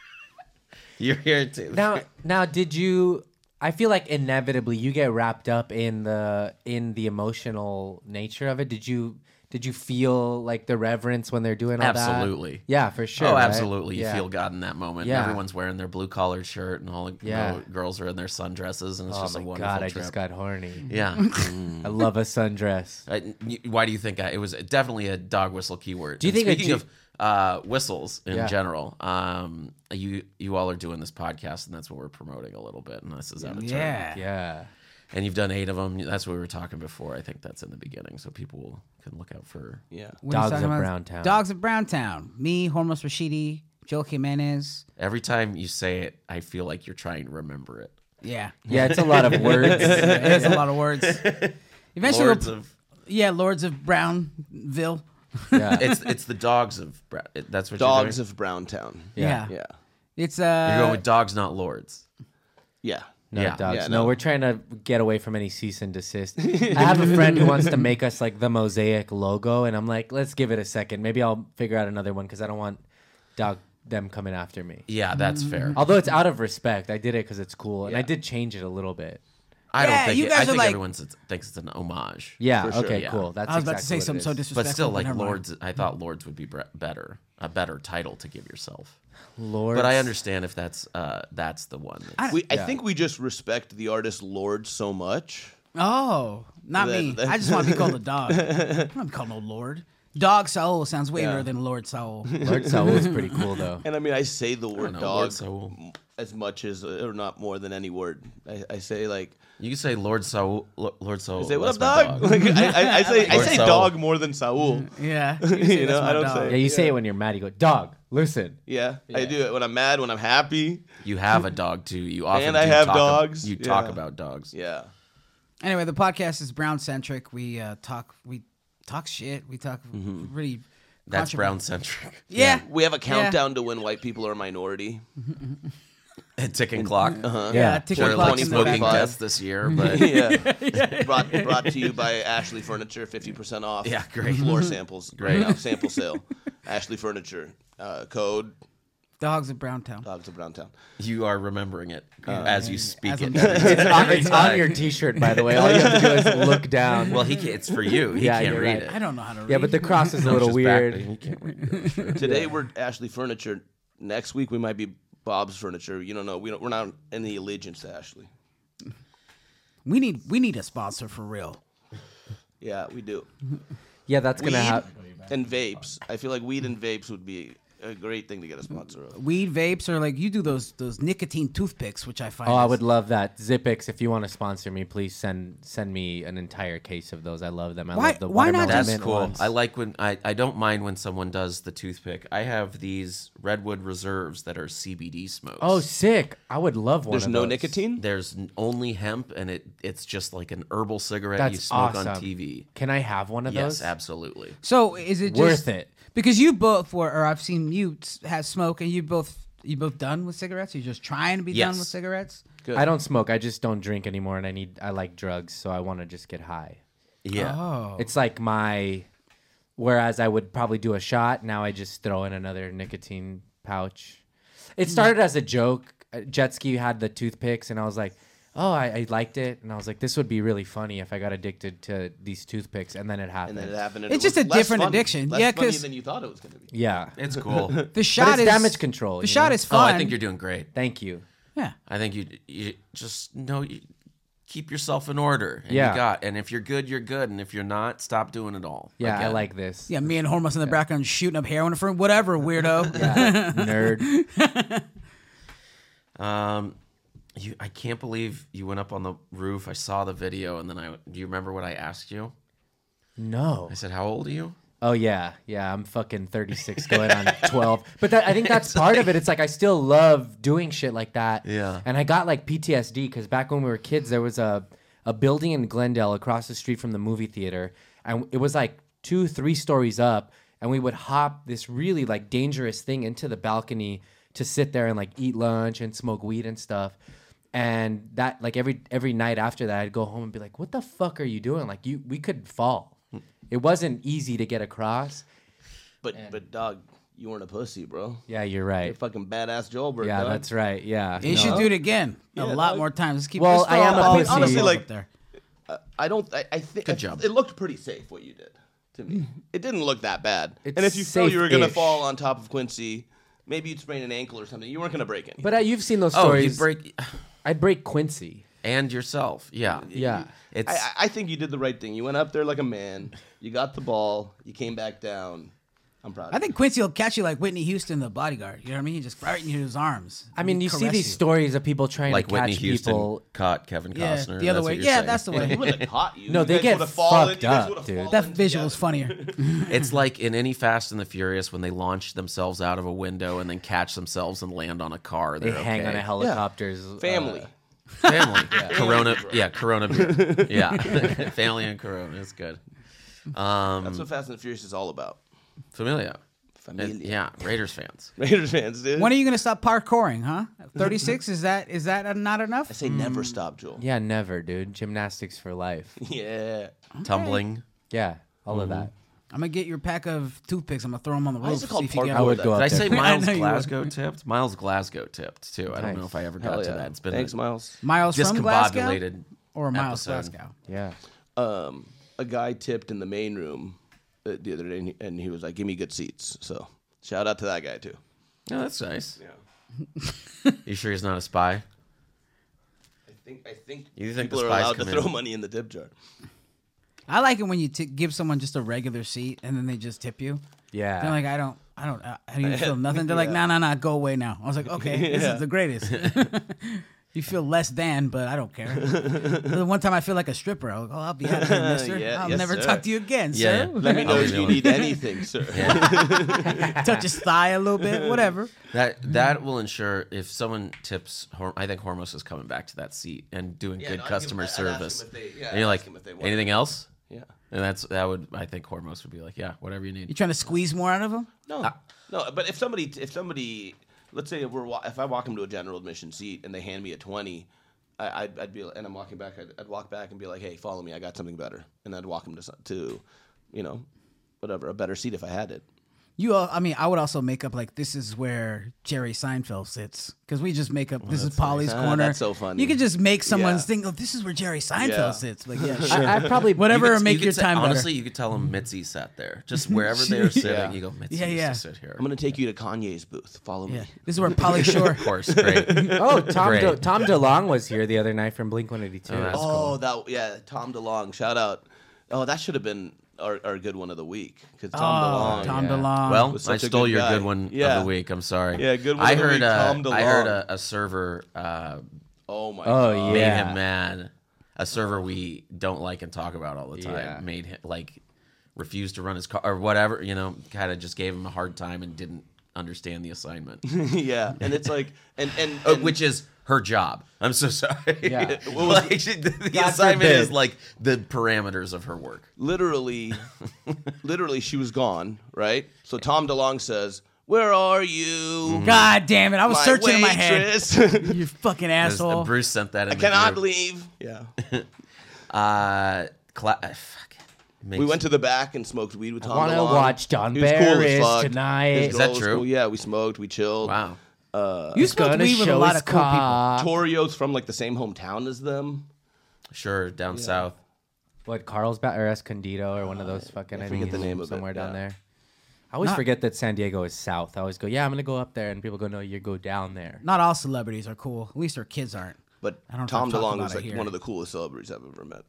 [SPEAKER 1] You're here too.
[SPEAKER 3] Now, now, did you? I feel like inevitably you get wrapped up in the in the emotional nature of it. Did you? Did you feel like the reverence when they're doing all that?
[SPEAKER 1] Absolutely.
[SPEAKER 3] Yeah, for sure.
[SPEAKER 1] oh,
[SPEAKER 3] right?
[SPEAKER 1] absolutely. You
[SPEAKER 3] Yeah.
[SPEAKER 1] feel God in that moment.
[SPEAKER 3] Yeah.
[SPEAKER 1] Everyone's wearing their blue collared shirt, and all the
[SPEAKER 3] Yeah.
[SPEAKER 1] all the girls are in their sundresses, and it's
[SPEAKER 3] Oh
[SPEAKER 1] just a
[SPEAKER 3] my
[SPEAKER 1] wonderful
[SPEAKER 3] god! I
[SPEAKER 1] trip. Mm.
[SPEAKER 3] just got horny.
[SPEAKER 1] yeah.
[SPEAKER 3] I love a sundress.
[SPEAKER 1] I, y- why do you think I, it was definitely a dog whistle keyword? Do
[SPEAKER 3] you think a
[SPEAKER 1] speaking
[SPEAKER 3] Jew-
[SPEAKER 1] of uh, whistles in
[SPEAKER 3] Yeah.
[SPEAKER 1] general, um, you you all are doing this podcast, and that's what we're promoting a little bit. And this is out of turn.
[SPEAKER 4] Yeah.
[SPEAKER 3] Yeah.
[SPEAKER 1] And you've done eight of them. That's what we were talking before. I think that's in the beginning, so people will, can look out for.
[SPEAKER 2] Yeah.
[SPEAKER 4] When he's
[SPEAKER 3] Dogs
[SPEAKER 4] talking
[SPEAKER 3] of
[SPEAKER 4] about-
[SPEAKER 3] Brown Town.
[SPEAKER 4] Dogs of Brown Town. Me, Hormos Rashidi, Joe Jimenez.
[SPEAKER 1] Every time you say it, I feel like you're trying to remember it.
[SPEAKER 4] Yeah.
[SPEAKER 3] Yeah, it's a lot of words.
[SPEAKER 4] That's a lot of words. Eventually,
[SPEAKER 1] Lords
[SPEAKER 4] we'll,
[SPEAKER 1] of
[SPEAKER 4] yeah, Lords of Brownville.
[SPEAKER 3] Yeah.
[SPEAKER 1] it's it's the dogs of Bra- that's what
[SPEAKER 2] Dogs
[SPEAKER 1] You're,
[SPEAKER 2] of Browntown.
[SPEAKER 4] Yeah.
[SPEAKER 3] Yeah.
[SPEAKER 2] Yeah.
[SPEAKER 4] It's
[SPEAKER 1] doing? you're going
[SPEAKER 4] uh,
[SPEAKER 1] with dogs, not lords.
[SPEAKER 2] Yeah.
[SPEAKER 3] No
[SPEAKER 1] Yeah.
[SPEAKER 3] dogs.
[SPEAKER 2] Yeah,
[SPEAKER 3] no.
[SPEAKER 2] no.
[SPEAKER 3] we're trying to get away from any cease and desist. I have a friend who wants to make us like the mosaic logo, and I'm like, let's give it a second. Maybe I'll figure out another one because I don't want dog them coming after me.
[SPEAKER 1] Yeah, that's fair.
[SPEAKER 4] Mm.
[SPEAKER 3] Although it's out of respect, I did it because it's cool, and I did change it a little bit.
[SPEAKER 1] I don't
[SPEAKER 4] Yeah,
[SPEAKER 1] think
[SPEAKER 4] you
[SPEAKER 1] it-
[SPEAKER 4] guys
[SPEAKER 1] I
[SPEAKER 4] are
[SPEAKER 1] think
[SPEAKER 4] like-
[SPEAKER 1] everyone s- thinks it's an homage.
[SPEAKER 3] Yeah.
[SPEAKER 2] For sure,
[SPEAKER 3] okay.
[SPEAKER 1] yeah.
[SPEAKER 3] Cool. That's
[SPEAKER 4] I was about to
[SPEAKER 3] exactly
[SPEAKER 4] say
[SPEAKER 3] what it
[SPEAKER 4] something so
[SPEAKER 3] is.
[SPEAKER 4] disrespectful.
[SPEAKER 1] but still like
[SPEAKER 4] never mind.
[SPEAKER 1] lords i thought lords would be bre- better a better title to give yourself
[SPEAKER 3] Lords.
[SPEAKER 1] but i understand if that's uh that's the one that's-
[SPEAKER 2] We, I think we just respect the artist Lord so much.
[SPEAKER 4] Oh, not
[SPEAKER 2] That-
[SPEAKER 4] me.
[SPEAKER 2] that-
[SPEAKER 4] I just want to be called a dog. I don't want to be called no lord. Dog Saul sounds way
[SPEAKER 2] Yeah.
[SPEAKER 4] better than Lord Saul.
[SPEAKER 3] Lord Saul is pretty cool though.
[SPEAKER 2] And I mean, I say the
[SPEAKER 1] I don't
[SPEAKER 2] word
[SPEAKER 1] know,
[SPEAKER 2] dog
[SPEAKER 1] Lord Saul.
[SPEAKER 2] as much as, or not more than any word. I, I say like,
[SPEAKER 1] you can say lord saul Lo- lord saul
[SPEAKER 2] say what up,
[SPEAKER 1] that's
[SPEAKER 2] dog?
[SPEAKER 1] my
[SPEAKER 2] Like, I, I, I say, I
[SPEAKER 1] Lord
[SPEAKER 2] say
[SPEAKER 1] Saul.
[SPEAKER 2] dog more than Saul.
[SPEAKER 4] Yeah,
[SPEAKER 2] You know, I don't say-
[SPEAKER 3] Yeah. You say it when you're mad. You go, dog. Listen.
[SPEAKER 2] Yeah, I do it when I'm mad, when I'm happy.
[SPEAKER 1] you have a dog too you often
[SPEAKER 2] And I
[SPEAKER 1] do
[SPEAKER 2] have
[SPEAKER 1] talk ab-
[SPEAKER 2] dogs,
[SPEAKER 1] you talk
[SPEAKER 2] yeah.
[SPEAKER 1] about dogs
[SPEAKER 2] Yeah.
[SPEAKER 4] Anyway, the podcast is Brown centric. We uh, talk, we talk shit. We talk really.
[SPEAKER 1] that's
[SPEAKER 4] controversial-
[SPEAKER 1] brown centric
[SPEAKER 4] Yeah.
[SPEAKER 2] Mm-hmm. We have a countdown to when white people are a minority.
[SPEAKER 1] a ticking clock
[SPEAKER 4] Yeah,
[SPEAKER 3] Yeah.
[SPEAKER 4] ticking
[SPEAKER 1] there are
[SPEAKER 2] Or
[SPEAKER 4] uh, clock
[SPEAKER 1] like
[SPEAKER 4] in the
[SPEAKER 2] 2045.
[SPEAKER 1] smoking
[SPEAKER 4] back.
[SPEAKER 1] deaths this year but
[SPEAKER 2] Yeah. brought, brought to you by Ashley Furniture, 50% off.
[SPEAKER 1] Yeah, great.
[SPEAKER 2] Floor samples. Great.
[SPEAKER 1] Great.
[SPEAKER 2] sample sale. Ashley Furniture. Uh, code,
[SPEAKER 4] Dogs of Browntown.
[SPEAKER 2] Dogs of Browntown.
[SPEAKER 1] you are remembering it
[SPEAKER 4] Oh,
[SPEAKER 1] as you speak
[SPEAKER 4] As
[SPEAKER 1] it
[SPEAKER 4] I'm-
[SPEAKER 1] every-
[SPEAKER 3] It's on,
[SPEAKER 1] every
[SPEAKER 3] it's on
[SPEAKER 1] time.
[SPEAKER 3] your T-shirt, by the way. All you have to do is look down.
[SPEAKER 1] well he can, it's for you he
[SPEAKER 3] Yeah,
[SPEAKER 1] can't
[SPEAKER 3] you're
[SPEAKER 1] read
[SPEAKER 3] right.
[SPEAKER 1] it
[SPEAKER 4] I don't know how to read.
[SPEAKER 3] yeah, but the cross is a
[SPEAKER 1] No, it's
[SPEAKER 3] little
[SPEAKER 1] just back-
[SPEAKER 3] weird.
[SPEAKER 1] he can't read it.
[SPEAKER 2] Today we're Ashley Furniture. Next week we might be Bob's Furniture. You don't know. We don't, we're not in the allegiance to Ashley.
[SPEAKER 4] we need we need a sponsor for real.
[SPEAKER 2] Yeah, we do.
[SPEAKER 3] Yeah, that's gonna
[SPEAKER 2] Weed
[SPEAKER 3] happen.
[SPEAKER 2] and vapes. I feel like weed and vapes would be a great thing to get a sponsor of.
[SPEAKER 4] Weed vapes or like you do those those nicotine toothpicks, which I find.
[SPEAKER 3] Oh, I
[SPEAKER 4] is-
[SPEAKER 3] would love that. Zipix, if you want to sponsor me, please send send me an entire case of those. I love them. I
[SPEAKER 4] Why-
[SPEAKER 3] love the
[SPEAKER 4] why
[SPEAKER 3] watermelon
[SPEAKER 4] not just-
[SPEAKER 1] That's
[SPEAKER 3] mint
[SPEAKER 1] cool.
[SPEAKER 3] ones.
[SPEAKER 1] I like when I, I don't mind when someone does the toothpick. I have these redwood reserves that are CBD smokes.
[SPEAKER 3] oh, sick. I would love one.
[SPEAKER 2] There's
[SPEAKER 3] of
[SPEAKER 2] no
[SPEAKER 3] those.
[SPEAKER 2] nicotine.
[SPEAKER 1] there's n- only hemp, and it it's just like an herbal cigarette
[SPEAKER 3] That's
[SPEAKER 1] you smoke on
[SPEAKER 3] awesome.
[SPEAKER 1] TV.
[SPEAKER 3] Can I have one of
[SPEAKER 1] Yes,
[SPEAKER 3] those?
[SPEAKER 1] absolutely.
[SPEAKER 4] So is it just,
[SPEAKER 3] Worth it.
[SPEAKER 4] Because you both were, or I've seen you s- have smoke, and you both you both done with cigarettes. You're just trying to be done
[SPEAKER 1] Yes.
[SPEAKER 4] with cigarettes.
[SPEAKER 2] Good.
[SPEAKER 3] I don't smoke. I just don't drink anymore, and I need. I like drugs, so I want to just get high.
[SPEAKER 1] Yeah.
[SPEAKER 4] Oh,
[SPEAKER 3] It's like my. Whereas I would probably do a shot, now I just throw in another nicotine pouch.
[SPEAKER 4] Mm.
[SPEAKER 3] It started as a joke. Uh, Jet ski had the toothpicks, and I was like, "Oh, I, I liked it," and I was like, "This would be really funny if I got addicted to these toothpicks." And then it
[SPEAKER 2] And
[SPEAKER 3] happened.
[SPEAKER 2] then it happened.
[SPEAKER 4] It's
[SPEAKER 2] it was
[SPEAKER 4] just a
[SPEAKER 2] less
[SPEAKER 4] different
[SPEAKER 2] funny-
[SPEAKER 4] addiction.
[SPEAKER 2] Less
[SPEAKER 4] Yeah,
[SPEAKER 2] funny
[SPEAKER 4] 'cause-
[SPEAKER 2] than you thought it was gonna be.
[SPEAKER 3] yeah,
[SPEAKER 1] It's cool.
[SPEAKER 4] the shot
[SPEAKER 3] it's
[SPEAKER 4] is
[SPEAKER 3] damage control,
[SPEAKER 4] The
[SPEAKER 3] you
[SPEAKER 4] shot
[SPEAKER 3] know?
[SPEAKER 4] is
[SPEAKER 1] oh,
[SPEAKER 4] fun.
[SPEAKER 1] I think you're doing great.
[SPEAKER 3] thank you.
[SPEAKER 4] yeah.
[SPEAKER 1] I think you you just know you keep yourself in order. And
[SPEAKER 3] Yeah.
[SPEAKER 1] You got and if you're good, you're good, and if you're not, stop doing it all.
[SPEAKER 3] Yeah, I
[SPEAKER 1] Again.
[SPEAKER 3] like this.
[SPEAKER 4] uh, Yeah, me and Hormos in the background shooting up heroin for whatever weirdo.
[SPEAKER 3] Yeah, nerd.
[SPEAKER 1] Um, you, I can't believe you went up on the roof. I saw the video, and then I. Do you remember what I asked you?
[SPEAKER 3] No.
[SPEAKER 1] I said, "How old are you?"
[SPEAKER 3] Oh yeah, yeah. I'm fucking 36, going on 12. But that, I think that's part of it. It's like I still love doing shit like that.
[SPEAKER 1] Yeah.
[SPEAKER 3] And I got like PTSD because back when we were kids, there was a a building in Glendale across the street from the movie theater, and it was like two, three stories up, and we would hop this really like dangerous thing into the balcony to sit there and like eat lunch and smoke weed and stuff. And that like every every night after that, I'd go home and be like, "What the fuck are you doing? Like you, we could fall." It wasn't easy to get across.
[SPEAKER 2] But but dog, you weren't a pussy, bro.
[SPEAKER 3] Yeah, you're
[SPEAKER 2] You're
[SPEAKER 3] right.
[SPEAKER 2] fucking badass Joelberg.
[SPEAKER 3] Yeah,
[SPEAKER 2] dog.
[SPEAKER 3] that's right. Yeah.
[SPEAKER 4] You should do it again a lot more times. Let's keep.
[SPEAKER 3] Well,
[SPEAKER 4] let's throw
[SPEAKER 3] I am
[SPEAKER 4] all
[SPEAKER 3] a
[SPEAKER 4] the
[SPEAKER 3] pussy.
[SPEAKER 4] balls
[SPEAKER 3] Honestly,
[SPEAKER 4] up
[SPEAKER 2] like-
[SPEAKER 4] there.
[SPEAKER 2] Uh, I don't. I, I think.
[SPEAKER 1] Good job.
[SPEAKER 2] It looked pretty safe what you did to me.
[SPEAKER 4] Mm-hmm.
[SPEAKER 2] it didn't look that bad.
[SPEAKER 3] It's
[SPEAKER 2] and if you feel you were gonna
[SPEAKER 3] safe-ish.
[SPEAKER 2] fall on top of Quincy, maybe you'd sprain an ankle or something. You weren't gonna break anything.
[SPEAKER 3] But uh, you've seen those
[SPEAKER 1] Oh, you
[SPEAKER 3] stories.
[SPEAKER 1] break
[SPEAKER 3] I'd break Quincy.
[SPEAKER 1] and yourself. Yeah.
[SPEAKER 3] Yeah.
[SPEAKER 1] It's
[SPEAKER 2] I, I- I think you did the right thing. You went up there like a man. You got the ball. You came back down. I'm proud. Of
[SPEAKER 4] I think Quincy will catch you like Whitney Houston, in the bodyguard. You know what I mean? He just right into his arms.
[SPEAKER 3] I mean, you see
[SPEAKER 4] Caress
[SPEAKER 3] these stories of people trying
[SPEAKER 1] like
[SPEAKER 3] to catch
[SPEAKER 1] Whitney Houston
[SPEAKER 3] people.
[SPEAKER 1] caught Kevin
[SPEAKER 4] Yeah,
[SPEAKER 1] Costner.
[SPEAKER 4] the other
[SPEAKER 1] that's
[SPEAKER 4] way.
[SPEAKER 1] what you're
[SPEAKER 4] Yeah,
[SPEAKER 1] saying.
[SPEAKER 4] that's the
[SPEAKER 2] you. He
[SPEAKER 4] way.
[SPEAKER 2] would have caught you.
[SPEAKER 3] No,
[SPEAKER 2] You
[SPEAKER 3] they
[SPEAKER 2] guys
[SPEAKER 3] get
[SPEAKER 2] would've fallen-
[SPEAKER 3] fucked
[SPEAKER 2] you guys
[SPEAKER 3] up,
[SPEAKER 2] would've
[SPEAKER 3] dude.
[SPEAKER 2] fallen
[SPEAKER 4] that visual is
[SPEAKER 2] together.
[SPEAKER 4] funnier.
[SPEAKER 1] It's like in any Fast and the Furious when they launch themselves out of a window and then catch themselves and land on a car.
[SPEAKER 3] They
[SPEAKER 1] They're
[SPEAKER 3] hang on
[SPEAKER 1] okay.
[SPEAKER 3] a helicopter's
[SPEAKER 2] Family.
[SPEAKER 3] uh,
[SPEAKER 1] family. Corona. Yeah, Corona. beer. Yeah, family and Corona. It's good. Um,
[SPEAKER 2] That's what Fast and the Furious is all about.
[SPEAKER 1] Familia.
[SPEAKER 2] Familia.
[SPEAKER 1] Yeah, Raiders fans.
[SPEAKER 2] Raiders fans, dude.
[SPEAKER 4] When are you gonna stop parkouring, huh? Thirty six? is that is that not
[SPEAKER 2] I
[SPEAKER 4] enough?
[SPEAKER 2] say never
[SPEAKER 1] Mm.
[SPEAKER 2] stop, Joel.
[SPEAKER 3] yeah, never, dude. Gymnastics for life.
[SPEAKER 2] Yeah.
[SPEAKER 1] Tumbling.
[SPEAKER 3] Yeah, all of that.
[SPEAKER 4] I'm gonna get your pack of toothpicks. I'm gonna throw them on the
[SPEAKER 2] Why is
[SPEAKER 4] roof.
[SPEAKER 2] it called
[SPEAKER 4] see if you
[SPEAKER 2] parkour?
[SPEAKER 4] get
[SPEAKER 3] I
[SPEAKER 4] them.
[SPEAKER 3] would
[SPEAKER 2] that-
[SPEAKER 3] go up
[SPEAKER 1] Did I
[SPEAKER 3] there.
[SPEAKER 1] say
[SPEAKER 3] for-
[SPEAKER 1] Miles
[SPEAKER 4] know you would.
[SPEAKER 1] Glasgow tipped? Miles Glasgow tipped too. I don't know if I ever got
[SPEAKER 2] Hell
[SPEAKER 1] to
[SPEAKER 2] yeah.
[SPEAKER 1] that. It's been
[SPEAKER 2] Thanks,
[SPEAKER 1] a
[SPEAKER 2] Miles.
[SPEAKER 4] Miles from Glasgow
[SPEAKER 1] discombobulated
[SPEAKER 4] or Miles
[SPEAKER 1] episode.
[SPEAKER 4] Glasgow?
[SPEAKER 3] yeah.
[SPEAKER 2] Um, a guy tipped in the main room uh, the other day, and he, and he was like, "Give me good seats." So shout out to that guy too.
[SPEAKER 4] Oh,
[SPEAKER 1] No, that's nice. You sure he's not a spy?
[SPEAKER 2] I think I think
[SPEAKER 1] You think the
[SPEAKER 2] people are
[SPEAKER 1] spies
[SPEAKER 2] allowed to
[SPEAKER 1] come
[SPEAKER 2] throw
[SPEAKER 1] in?
[SPEAKER 2] money in the tip jar.
[SPEAKER 4] I like it when you t- give someone just a regular seat and then they just tip you.
[SPEAKER 3] Yeah.
[SPEAKER 4] They're like, I don't, I don't, uh, I I don't feel nothing. They're like,
[SPEAKER 2] Yeah.
[SPEAKER 4] no, no, no, go away now. I was like, okay, this
[SPEAKER 2] Yeah.
[SPEAKER 4] is the greatest. you feel less than, but I don't care. the one time I feel like a stripper, I'll, oh, I'll be out of here, mister.
[SPEAKER 2] Yeah,
[SPEAKER 4] I'll
[SPEAKER 2] yes,
[SPEAKER 4] never
[SPEAKER 2] sir.
[SPEAKER 4] talk to you again,
[SPEAKER 1] Yeah, yeah.
[SPEAKER 4] sir.
[SPEAKER 2] Let me know
[SPEAKER 1] I'll be
[SPEAKER 2] if you
[SPEAKER 1] doing-
[SPEAKER 2] need anything, sir.
[SPEAKER 4] Touch his thigh a little bit, whatever.
[SPEAKER 1] That that will ensure if someone tips, Hor- I think Hormos is coming back to that seat and doing
[SPEAKER 2] Yeah,
[SPEAKER 1] good
[SPEAKER 2] no, I'd give
[SPEAKER 1] customer
[SPEAKER 2] him- I'd ask him
[SPEAKER 1] service.
[SPEAKER 2] if they- yeah,
[SPEAKER 1] and you're
[SPEAKER 2] I'd
[SPEAKER 1] like,
[SPEAKER 2] ask him if they want
[SPEAKER 1] anything else?
[SPEAKER 2] Yeah.
[SPEAKER 1] And that's that would I think Hormos would be like, yeah, whatever you
[SPEAKER 4] You
[SPEAKER 1] need.
[SPEAKER 4] trying to squeeze more out of him?
[SPEAKER 2] No. no, but if somebody, if somebody, let's say we're, wa- if I walk into a general admission seat and they hand me a twenty, I, I'd, I'd be, and I'm walking back, I'd, I'd walk back and be like, hey, follow me, I got something better, and I'd walk them to, some- to, you know, whatever, a better seat if I had it.
[SPEAKER 4] You, all, I mean, I would also make up like this is where Jerry Seinfeld sits because we just make up this is Polly's
[SPEAKER 2] Ah,
[SPEAKER 4] corner.
[SPEAKER 2] that's so funny.
[SPEAKER 4] You could just make someone
[SPEAKER 2] Yeah.
[SPEAKER 4] think, oh, this is where Jerry Seinfeld
[SPEAKER 2] Yeah.
[SPEAKER 4] sits. Like, yeah, sure.
[SPEAKER 3] I, I probably
[SPEAKER 4] whatever
[SPEAKER 1] You could-
[SPEAKER 4] make
[SPEAKER 1] you could
[SPEAKER 4] your
[SPEAKER 1] say-
[SPEAKER 4] time
[SPEAKER 1] honestly. You could tell them Mitzi sat there, just wherever they were sitting.
[SPEAKER 2] Yeah.
[SPEAKER 1] You go, Mitzi
[SPEAKER 4] Yeah,
[SPEAKER 1] used
[SPEAKER 4] yeah.
[SPEAKER 1] to sit here.
[SPEAKER 2] I'm gonna take you to Kanye's booth. Follow
[SPEAKER 4] better. Yeah,
[SPEAKER 2] me.
[SPEAKER 4] this is where Polly Shore.
[SPEAKER 1] Of course, great.
[SPEAKER 3] Oh, Tom
[SPEAKER 1] Great.
[SPEAKER 3] De- Tom DeLong was here the other night from Blink 182.
[SPEAKER 1] that's-
[SPEAKER 2] Oh, that yeah, Tom DeLong, shout out. Oh, that should have been our, our good one of the week because
[SPEAKER 4] Oh,
[SPEAKER 2] Tom DeLonge.
[SPEAKER 4] Tom
[SPEAKER 3] yeah.
[SPEAKER 4] DeLonge.
[SPEAKER 1] Well,
[SPEAKER 2] was
[SPEAKER 1] I
[SPEAKER 2] such a
[SPEAKER 1] stole
[SPEAKER 2] good
[SPEAKER 1] your
[SPEAKER 2] guy.
[SPEAKER 1] good one
[SPEAKER 2] Yeah.
[SPEAKER 1] of the week. I'm sorry.
[SPEAKER 2] Yeah, good one
[SPEAKER 1] I
[SPEAKER 2] of the
[SPEAKER 1] heard
[SPEAKER 2] week,
[SPEAKER 1] a,
[SPEAKER 2] Tom
[SPEAKER 1] I heard
[SPEAKER 2] DeLonge.
[SPEAKER 1] a, a server uh,
[SPEAKER 2] Oh my
[SPEAKER 3] Oh,
[SPEAKER 2] god.
[SPEAKER 3] yeah.
[SPEAKER 1] made him mad. A server we don't like and talk about all the time
[SPEAKER 3] Yeah.
[SPEAKER 1] made him like refused to run his car or whatever. You know, kind of just gave him a hard time and didn't understand the assignment,
[SPEAKER 2] Yeah. And it's like and and,
[SPEAKER 1] Uh,
[SPEAKER 2] and-
[SPEAKER 1] which is her job. I'm so sorry.
[SPEAKER 3] Yeah.
[SPEAKER 1] like, she- the the
[SPEAKER 3] God
[SPEAKER 1] assignment
[SPEAKER 3] forbid.
[SPEAKER 1] is like the parameters of her work.
[SPEAKER 2] literally literally she was gone, right? So Tom DeLonge says, Where are you?
[SPEAKER 4] God damn it! I was searching in my head.
[SPEAKER 2] head.
[SPEAKER 4] You fucking
[SPEAKER 1] As- uh,
[SPEAKER 4] asshole.
[SPEAKER 1] Bruce sent that. In the
[SPEAKER 2] Cannot
[SPEAKER 1] group.
[SPEAKER 2] leave. Yeah.
[SPEAKER 1] Uh, cla- uh, fuck. It
[SPEAKER 2] We
[SPEAKER 1] makes-
[SPEAKER 2] went to the back and smoked weed with Tom.
[SPEAKER 3] wanna
[SPEAKER 2] DeLonge.
[SPEAKER 3] watch John
[SPEAKER 2] He was as
[SPEAKER 3] Barris
[SPEAKER 2] fuck.
[SPEAKER 3] tonight.
[SPEAKER 2] His
[SPEAKER 3] Is
[SPEAKER 2] girl
[SPEAKER 1] that
[SPEAKER 2] was
[SPEAKER 1] true?
[SPEAKER 2] cool. Yeah, we smoked, we chilled. Uh,
[SPEAKER 1] Wow.
[SPEAKER 4] You smoked
[SPEAKER 3] Gonna
[SPEAKER 4] weed with a
[SPEAKER 3] show
[SPEAKER 4] lot
[SPEAKER 3] his
[SPEAKER 4] of cool people.
[SPEAKER 3] cock.
[SPEAKER 2] Torio's from like the same hometown as them.
[SPEAKER 1] Sure, down south.
[SPEAKER 3] What Carlsbad or Escondido or one of those fucking I
[SPEAKER 2] forget
[SPEAKER 3] think
[SPEAKER 2] the
[SPEAKER 3] it's
[SPEAKER 2] name of it,
[SPEAKER 3] somewhere down
[SPEAKER 2] yeah.
[SPEAKER 3] there. I always
[SPEAKER 4] Not-
[SPEAKER 3] forget that San Diego is south. I always go, yeah, I'm gonna go up there, and people go, no, you go down there.
[SPEAKER 4] Not all celebrities are cool. At least our kids aren't.
[SPEAKER 2] But
[SPEAKER 4] I don't
[SPEAKER 2] Tom
[SPEAKER 4] talk
[SPEAKER 2] DeLonge
[SPEAKER 4] about
[SPEAKER 2] was
[SPEAKER 4] it
[SPEAKER 2] like
[SPEAKER 4] here.
[SPEAKER 2] one of the coolest celebrities I've ever met.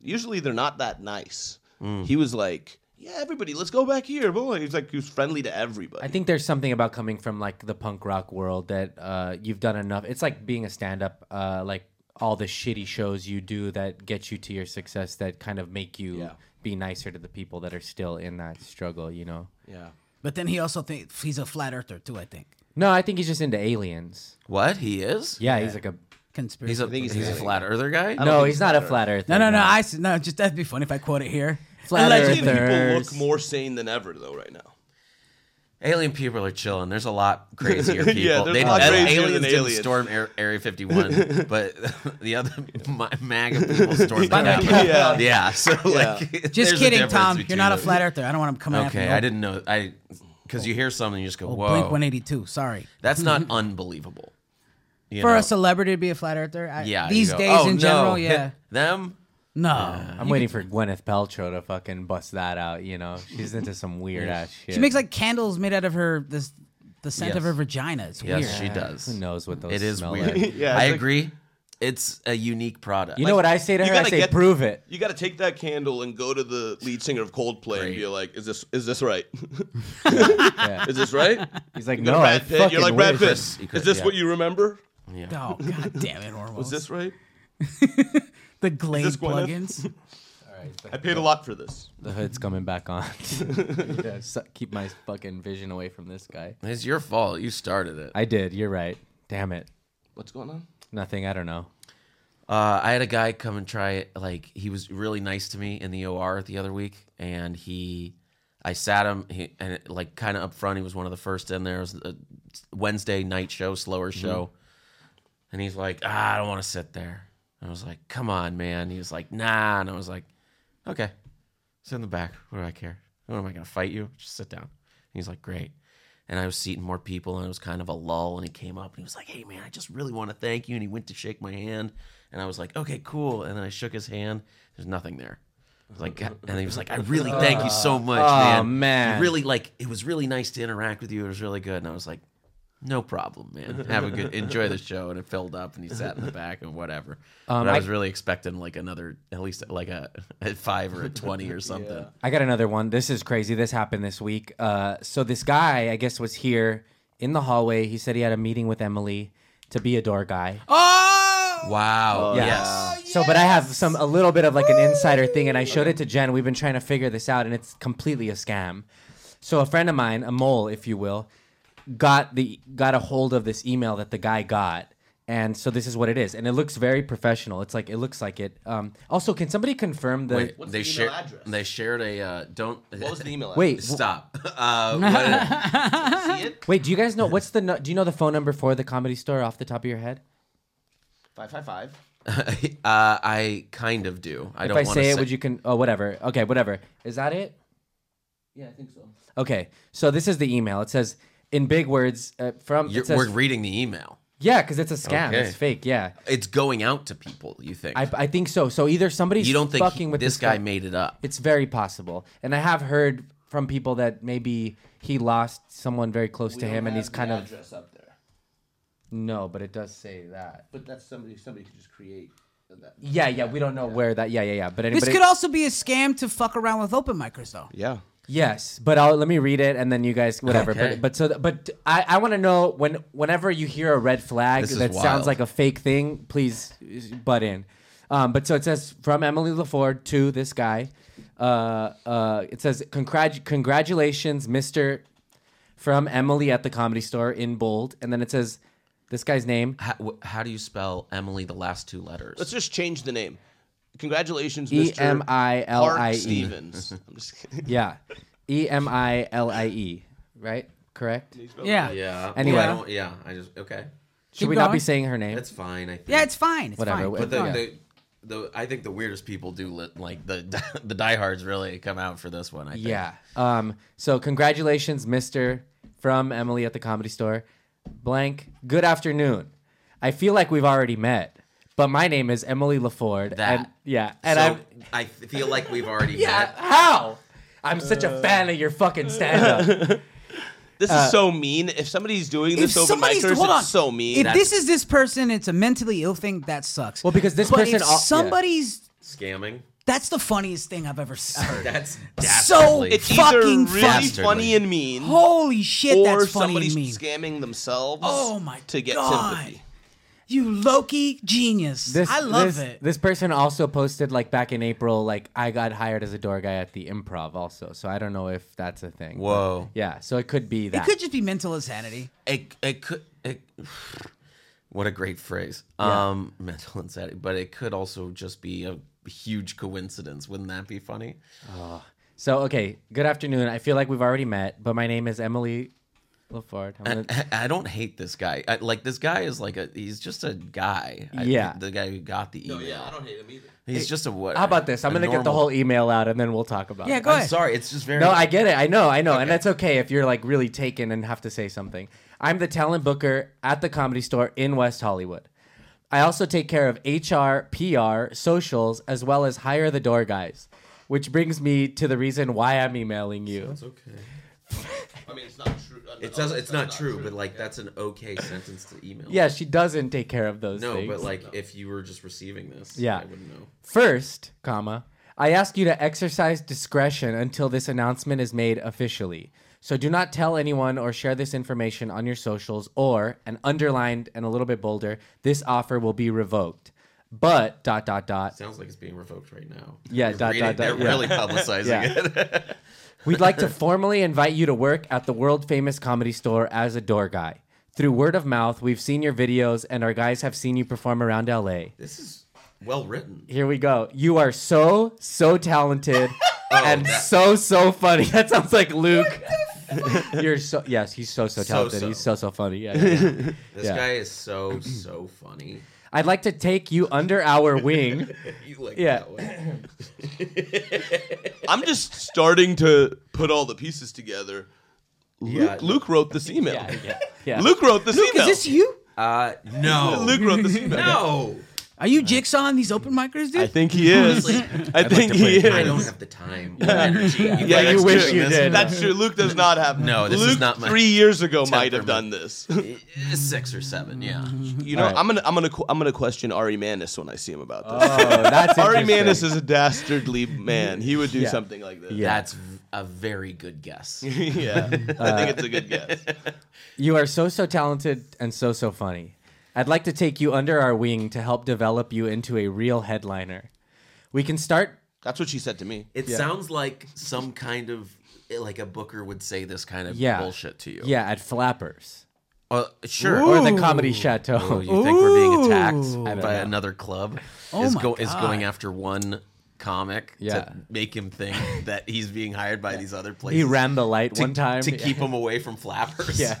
[SPEAKER 2] Usually they're not that nice. He was like, "Yeah, everybody, let's go back here." Boy, he's like, he was friendly to everybody.
[SPEAKER 3] I think there's something about coming from like the punk rock world that uh, you've done enough. It's like being a stand up, uh, like all the shitty shows you do that get you to your success that kind of make you
[SPEAKER 2] Yeah.
[SPEAKER 3] be nicer to the people that are still in that struggle, you know?
[SPEAKER 2] yeah,
[SPEAKER 4] But then he also thinks he's a flat earther too. I think
[SPEAKER 3] No, I think he's just into aliens.
[SPEAKER 1] What? He is?
[SPEAKER 3] Yeah, he's like a.
[SPEAKER 4] conspiracy.
[SPEAKER 1] He's a,
[SPEAKER 2] think he's
[SPEAKER 1] he's a
[SPEAKER 2] an
[SPEAKER 1] flat earther guy?
[SPEAKER 3] No,
[SPEAKER 2] think
[SPEAKER 3] he's
[SPEAKER 2] he's
[SPEAKER 3] not a
[SPEAKER 2] flat
[SPEAKER 3] flat earther.
[SPEAKER 4] no, no, no. I s- no. Just that'd be funny if I quote it here.
[SPEAKER 3] Flat
[SPEAKER 2] Allegedly, people
[SPEAKER 3] earthers.
[SPEAKER 2] look more sane than ever though right now.
[SPEAKER 1] Alien people are chilling. There's a lot crazier people.
[SPEAKER 2] Yeah, there's
[SPEAKER 1] they,
[SPEAKER 2] a lot
[SPEAKER 1] uh,
[SPEAKER 2] crazier
[SPEAKER 1] aliens
[SPEAKER 2] than
[SPEAKER 1] didn't
[SPEAKER 2] aliens.
[SPEAKER 1] storm Air, Area 51, but the other ma- MAGA people stormed it out.
[SPEAKER 2] Yeah.
[SPEAKER 1] yeah, so like,
[SPEAKER 4] Just
[SPEAKER 1] there's a
[SPEAKER 4] kidding,
[SPEAKER 1] difference
[SPEAKER 4] Tom. You're
[SPEAKER 1] between
[SPEAKER 4] not a
[SPEAKER 1] the-
[SPEAKER 4] flat earther. I don't want him coming after
[SPEAKER 1] Okay,
[SPEAKER 4] me.
[SPEAKER 1] I didn't know. I because you hear something, you just go,
[SPEAKER 4] Oh,
[SPEAKER 1] "Whoa,
[SPEAKER 4] Blink 182. Sorry.
[SPEAKER 1] that's not unbelievable." You
[SPEAKER 4] For
[SPEAKER 1] know?
[SPEAKER 4] a celebrity to be a flat earther, I,
[SPEAKER 1] yeah. you
[SPEAKER 4] These
[SPEAKER 1] go,
[SPEAKER 4] days
[SPEAKER 1] "Oh,
[SPEAKER 4] in
[SPEAKER 1] no,
[SPEAKER 4] general,
[SPEAKER 1] hit
[SPEAKER 4] yeah.
[SPEAKER 1] them.
[SPEAKER 4] No.
[SPEAKER 3] I'm waiting for Gwyneth Paltrow to fucking bust that out, you know? She's into some weird ass shit.
[SPEAKER 4] She makes like candles made out of her this the scent of
[SPEAKER 1] Yes.
[SPEAKER 4] her vagina. It's
[SPEAKER 1] Yes,
[SPEAKER 4] weird.
[SPEAKER 1] she does.
[SPEAKER 3] Who knows what those
[SPEAKER 1] It is
[SPEAKER 3] smell
[SPEAKER 1] weird.
[SPEAKER 3] like.
[SPEAKER 2] Yeah,
[SPEAKER 1] I
[SPEAKER 2] it's like-
[SPEAKER 1] agree. It's a unique product.
[SPEAKER 3] You know what I say to
[SPEAKER 2] you
[SPEAKER 3] her? I
[SPEAKER 2] gotta
[SPEAKER 3] say,
[SPEAKER 2] get-
[SPEAKER 3] prove it.
[SPEAKER 2] You got to take that candle and go to the lead singer of Coldplay and
[SPEAKER 1] Right.
[SPEAKER 2] be like, "Is this is this right?
[SPEAKER 3] Yeah.
[SPEAKER 2] Is this right?"
[SPEAKER 3] He's like,
[SPEAKER 2] You go
[SPEAKER 3] no,
[SPEAKER 2] to
[SPEAKER 3] I
[SPEAKER 2] Brad Pitt.
[SPEAKER 3] fucking
[SPEAKER 2] You're like Brad
[SPEAKER 3] wish."
[SPEAKER 2] Pitt.
[SPEAKER 1] Chris, you could-
[SPEAKER 2] is this
[SPEAKER 1] yeah.
[SPEAKER 2] what you remember?
[SPEAKER 4] Oh god damn it, Orwell.
[SPEAKER 2] Is this right?
[SPEAKER 4] the Glade
[SPEAKER 2] this Gwyneth?
[SPEAKER 4] plugins?
[SPEAKER 2] I paid a lot for this.
[SPEAKER 3] The hood's coming back on. yeah, so- keep my fucking vision away from this guy.
[SPEAKER 1] It's your fault. You started it.
[SPEAKER 3] I did. You're right. Damn it.
[SPEAKER 2] What's going on?
[SPEAKER 3] Nothing. I don't know.
[SPEAKER 1] Uh, I had a guy come and try it. Like he was really nice to me in the OR the other week, and he, I sat him he, and it, like kind of up front. He was one of the first in there. It was a Wednesday night show, slower show, and he's like, ah, I don't want to sit there. And I was like, come on, man. He was like, nah, and I was like, okay, sit in the back. What do I care? What am I gonna fight you? Just sit down. And he's like, great. And I was seating more people, and it was kind of a lull. And he came up and he was like, "Hey, man, I just really want to thank you." And he went to shake my hand, and I was like, "Okay, cool." And then I shook his hand. There's nothing there. I was Like, "God," and he was like, "I really thank you so much,
[SPEAKER 3] oh,
[SPEAKER 1] man.
[SPEAKER 3] man.
[SPEAKER 1] You really like it was really nice to interact with you. It was really good." And I was like, "No problem, man. Have a good, enjoy the show." And it filled up, and he sat in the back and whatever.
[SPEAKER 3] Um,
[SPEAKER 1] but I was really expecting like another, at least like a, a five or a twenty or something.
[SPEAKER 3] I got another one. This is crazy. This happened this week. Uh, so this guy, I guess, was here in the hallway. He said he had a meeting with Emily to be a door guy.
[SPEAKER 4] Oh
[SPEAKER 1] Wow.
[SPEAKER 3] Yeah.
[SPEAKER 1] Yes.
[SPEAKER 3] So, but I have some a little bit of like an insider thing, and I showed it to Jen. We've been trying to figure this out, and it's completely a scam. So, a friend of mine, a mole, if you will, got the got a hold of this email that the guy got, and so this is what it is, and it looks very professional. It's like it looks like it. Um, also, can somebody confirm the
[SPEAKER 1] Wait,
[SPEAKER 2] What's
[SPEAKER 1] they
[SPEAKER 2] the email
[SPEAKER 1] shared.
[SPEAKER 2] address?
[SPEAKER 1] They shared a uh, don't.
[SPEAKER 2] What was the email?
[SPEAKER 3] wait? w-
[SPEAKER 1] Stop. Uh, what-
[SPEAKER 2] address? see it?
[SPEAKER 3] Wait, do you guys know what's the no, do you know the phone number for the comedy store off the top of your head?
[SPEAKER 2] Five five five.
[SPEAKER 1] uh, I kind of do. I
[SPEAKER 3] If
[SPEAKER 1] don't
[SPEAKER 3] I
[SPEAKER 1] want to
[SPEAKER 3] say it, would you can? Oh, whatever. Okay, whatever. Is that it?
[SPEAKER 2] Yeah, I think so.
[SPEAKER 3] Okay, so this is the email. It says in big words uh, from
[SPEAKER 1] You're,
[SPEAKER 3] it says,
[SPEAKER 1] we're reading the email.
[SPEAKER 3] yeah, because it's a scam.
[SPEAKER 1] Okay.
[SPEAKER 3] It's fake. Yeah,
[SPEAKER 1] It's going out to people. You think?
[SPEAKER 3] I, I think so. So either somebody's
[SPEAKER 1] you don't think
[SPEAKER 3] fucking
[SPEAKER 1] he-
[SPEAKER 3] with
[SPEAKER 1] this guy
[SPEAKER 3] fu-
[SPEAKER 1] made it up?
[SPEAKER 3] It's very possible, and I have heard from people that maybe he lost someone very close to him, and he's kind of
[SPEAKER 2] address up there,
[SPEAKER 3] no, but it does say that.
[SPEAKER 2] but that's somebody. Somebody could just create. that.
[SPEAKER 3] Yeah, yeah, we don't know where that. Yeah, yeah, yeah. But
[SPEAKER 4] This
[SPEAKER 3] anybody,
[SPEAKER 4] could also be a scam to fuck around with open micers, though.
[SPEAKER 2] Yeah.
[SPEAKER 3] yes, but I'll let me read it and then you guys whatever.
[SPEAKER 1] Okay.
[SPEAKER 3] But but so but I I want to know when whenever you hear a red flag
[SPEAKER 1] This is
[SPEAKER 3] that
[SPEAKER 1] wild.
[SPEAKER 3] sounds like a fake thing, please uh, butt in. Um, but so it says from Emily LaFord to this guy. Uh, uh, it says Congratu- congratulations, Mister, from Emily at the Comedy Store in bold, and then it says this guy's name.
[SPEAKER 1] How, wh- how do you spell Emily? The last two letters.
[SPEAKER 2] Let's just change the name. Congratulations,
[SPEAKER 3] E
[SPEAKER 2] Mr.
[SPEAKER 3] M I L
[SPEAKER 2] Park
[SPEAKER 3] I E.
[SPEAKER 2] Stevens. I'm just kidding.
[SPEAKER 3] Yeah. E M I L I E, right? Correct?
[SPEAKER 4] Yeah.
[SPEAKER 1] yeah.
[SPEAKER 3] Anyway.
[SPEAKER 1] Well, I don't- yeah. I just okay.
[SPEAKER 3] Should we not be
[SPEAKER 4] going.
[SPEAKER 3] saying her name?
[SPEAKER 1] That's fine. I think.
[SPEAKER 4] Yeah, it's fine. It's
[SPEAKER 3] Whatever,
[SPEAKER 4] fine.
[SPEAKER 3] whatever.
[SPEAKER 1] But the,
[SPEAKER 3] Yeah.
[SPEAKER 1] the, the I think the weirdest people do li- like the the diehards really come out for this one. I think.
[SPEAKER 3] Yeah. Um, so congratulations, Mister, from Emily at the Comedy Store. Blank. Good afternoon. I feel like we've already met, but my name is Emily LaFord.
[SPEAKER 1] That.
[SPEAKER 3] And, yeah. And
[SPEAKER 1] so
[SPEAKER 3] I'm.
[SPEAKER 1] I feel like we've already
[SPEAKER 3] Yeah.
[SPEAKER 1] met.
[SPEAKER 3] How? I'm such a fan of your fucking stand up.
[SPEAKER 2] This is so mean. If somebody's doing
[SPEAKER 4] Uh, If
[SPEAKER 2] this over
[SPEAKER 4] somebody's
[SPEAKER 2] micers,
[SPEAKER 4] hold on,
[SPEAKER 2] it's so mean.
[SPEAKER 4] If this is this person, it's a mentally ill thing. That sucks.
[SPEAKER 3] Well, because this
[SPEAKER 4] but
[SPEAKER 3] person
[SPEAKER 4] if
[SPEAKER 3] al- yeah.
[SPEAKER 4] somebody's
[SPEAKER 1] Scamming.
[SPEAKER 4] that's the funniest thing I've ever s- heard.
[SPEAKER 1] That's
[SPEAKER 4] So-
[SPEAKER 1] dastardly.
[SPEAKER 2] it's either
[SPEAKER 4] fucking
[SPEAKER 2] really
[SPEAKER 1] dastardly.
[SPEAKER 2] funny and mean,
[SPEAKER 4] Holy shit,
[SPEAKER 2] or
[SPEAKER 4] that's funny and
[SPEAKER 2] somebody's
[SPEAKER 4] mean.
[SPEAKER 2] scamming themselves.
[SPEAKER 4] Oh my
[SPEAKER 2] to get
[SPEAKER 4] God.
[SPEAKER 2] sympathy.
[SPEAKER 4] You Loki genius.
[SPEAKER 3] This,
[SPEAKER 4] I love
[SPEAKER 3] this,
[SPEAKER 4] it.
[SPEAKER 3] This person also posted like back in April, like I got hired as a door guy at the Improv also. So I don't know if that's a thing. but
[SPEAKER 1] Whoa.
[SPEAKER 3] yeah. So it could be
[SPEAKER 4] It
[SPEAKER 3] that.
[SPEAKER 4] could just be mental insanity.
[SPEAKER 1] it, it could it, what a great phrase
[SPEAKER 3] Yeah.
[SPEAKER 1] um mental insanity but it could also just be a huge coincidence wouldn't that be funny
[SPEAKER 3] so okay. Good afternoon. I feel like we've already met, but my name is Emily LaFord. I'm gonna-
[SPEAKER 1] I, I don't hate this guy I, like this guy is like a he's just a guy I-
[SPEAKER 3] Yeah.
[SPEAKER 1] the guy who got the email
[SPEAKER 2] Yeah, I don't hate him either.
[SPEAKER 1] he's just a what
[SPEAKER 3] how about this? I'm
[SPEAKER 1] a
[SPEAKER 3] gonna get the
[SPEAKER 1] normal-
[SPEAKER 3] whole email out and then we'll talk about
[SPEAKER 4] Yeah,
[SPEAKER 3] it.
[SPEAKER 4] go
[SPEAKER 1] i'm
[SPEAKER 4] ahead.
[SPEAKER 1] sorry it's just very
[SPEAKER 3] No, I get it. I know, I know, and that's okay if you're like really taken and have to say something. I'm the talent booker at the comedy store in West Hollywood. I also take care of HR, PR, socials, as well as hire the door guys, which brings me to the reason why I'm emailing you.
[SPEAKER 1] it's okay
[SPEAKER 2] I mean, it's not true.
[SPEAKER 1] it does it's not true but like that's an okay sentence to email
[SPEAKER 3] Yeah, she doesn't take care of those
[SPEAKER 1] no
[SPEAKER 3] things.
[SPEAKER 1] but like if you were just receiving this
[SPEAKER 3] Yeah.
[SPEAKER 1] i wouldn't know
[SPEAKER 3] First, comma, I ask you to exercise discretion until this announcement is made officially. So do not tell anyone or share this information on your socials or, and underlined and a little bit bolder, this offer will be revoked. But dot dot dot.
[SPEAKER 1] Sounds like it's being revoked right now.
[SPEAKER 3] Yeah,
[SPEAKER 1] You're
[SPEAKER 3] dot,
[SPEAKER 1] reading-
[SPEAKER 3] dot, dot,
[SPEAKER 1] They're
[SPEAKER 3] yeah.
[SPEAKER 1] really publicizing
[SPEAKER 3] Yeah.
[SPEAKER 1] it.
[SPEAKER 3] We'd like to formally invite you to work at the world famous comedy store as a door guy. Through word of mouth, we've seen your videos and our guys have seen you perform around LA.
[SPEAKER 1] This is well written.
[SPEAKER 3] Here we go. You are so so talented
[SPEAKER 2] Oh,
[SPEAKER 3] and
[SPEAKER 1] that-
[SPEAKER 3] so so funny. That sounds like Luke. You're so yes, he's so so
[SPEAKER 1] So,
[SPEAKER 3] talented.
[SPEAKER 1] so.
[SPEAKER 3] He's so so funny. Yeah, yeah, yeah.
[SPEAKER 1] This
[SPEAKER 3] Yeah.
[SPEAKER 1] guy is so so funny.
[SPEAKER 3] I'd like to take you under our wing.
[SPEAKER 1] You like
[SPEAKER 3] Yeah.
[SPEAKER 1] that one.
[SPEAKER 2] I'm just starting to put all the pieces together. Luke,
[SPEAKER 1] Yeah.
[SPEAKER 2] Luke wrote this email.
[SPEAKER 3] Yeah, yeah, yeah.
[SPEAKER 2] Luke wrote this
[SPEAKER 4] Luke,
[SPEAKER 2] email.
[SPEAKER 4] is this you?
[SPEAKER 1] Uh, no.
[SPEAKER 2] Luke wrote this email.
[SPEAKER 1] no.
[SPEAKER 4] Are
[SPEAKER 3] Uh,
[SPEAKER 4] you jigsawing these open micers, dude?
[SPEAKER 2] I think he is.
[SPEAKER 1] Honestly,
[SPEAKER 2] I think he is.
[SPEAKER 1] I don't have the time or energy.
[SPEAKER 2] Yeah,
[SPEAKER 3] you
[SPEAKER 2] that's
[SPEAKER 3] wish
[SPEAKER 2] true.
[SPEAKER 3] you did.
[SPEAKER 2] That's true. Luke does not have.
[SPEAKER 1] No, this is
[SPEAKER 2] Luke
[SPEAKER 1] not my
[SPEAKER 2] three years ago might have done this.
[SPEAKER 1] Six or seven. Yeah.
[SPEAKER 2] You know,
[SPEAKER 3] All right.
[SPEAKER 2] I'm gonna, I'm gonna, qu- I'm gonna question Ari Manis when I see him about this.
[SPEAKER 3] Oh, that's
[SPEAKER 2] Ari
[SPEAKER 3] interesting.
[SPEAKER 2] Manis is a dastardly man. He would do
[SPEAKER 3] Yeah.
[SPEAKER 2] something like this.
[SPEAKER 3] Yeah.
[SPEAKER 1] That's a very good guess.
[SPEAKER 2] yeah. I think it's a good guess.
[SPEAKER 3] You are so so talented and so so funny. I'd like to take you under our wing to help develop you into a real headliner. We can start
[SPEAKER 2] That's what she said to me.
[SPEAKER 1] It sounds like some kind of eh, like a booker would say this kind of
[SPEAKER 3] yeah
[SPEAKER 1] bullshit to you.
[SPEAKER 3] Yeah, at Flappers
[SPEAKER 1] Uh, sure.
[SPEAKER 3] or the Comedy Chateau.
[SPEAKER 1] Oh, you think we're being
[SPEAKER 4] Ooh.
[SPEAKER 1] attacked by another club? is,
[SPEAKER 4] my
[SPEAKER 1] is going after one comic
[SPEAKER 3] Oh Yeah.
[SPEAKER 1] to make him think that he's being hired by these other places.
[SPEAKER 3] He ran the light
[SPEAKER 1] to,
[SPEAKER 3] one time
[SPEAKER 1] to keep him away from flappers.
[SPEAKER 3] Yeah.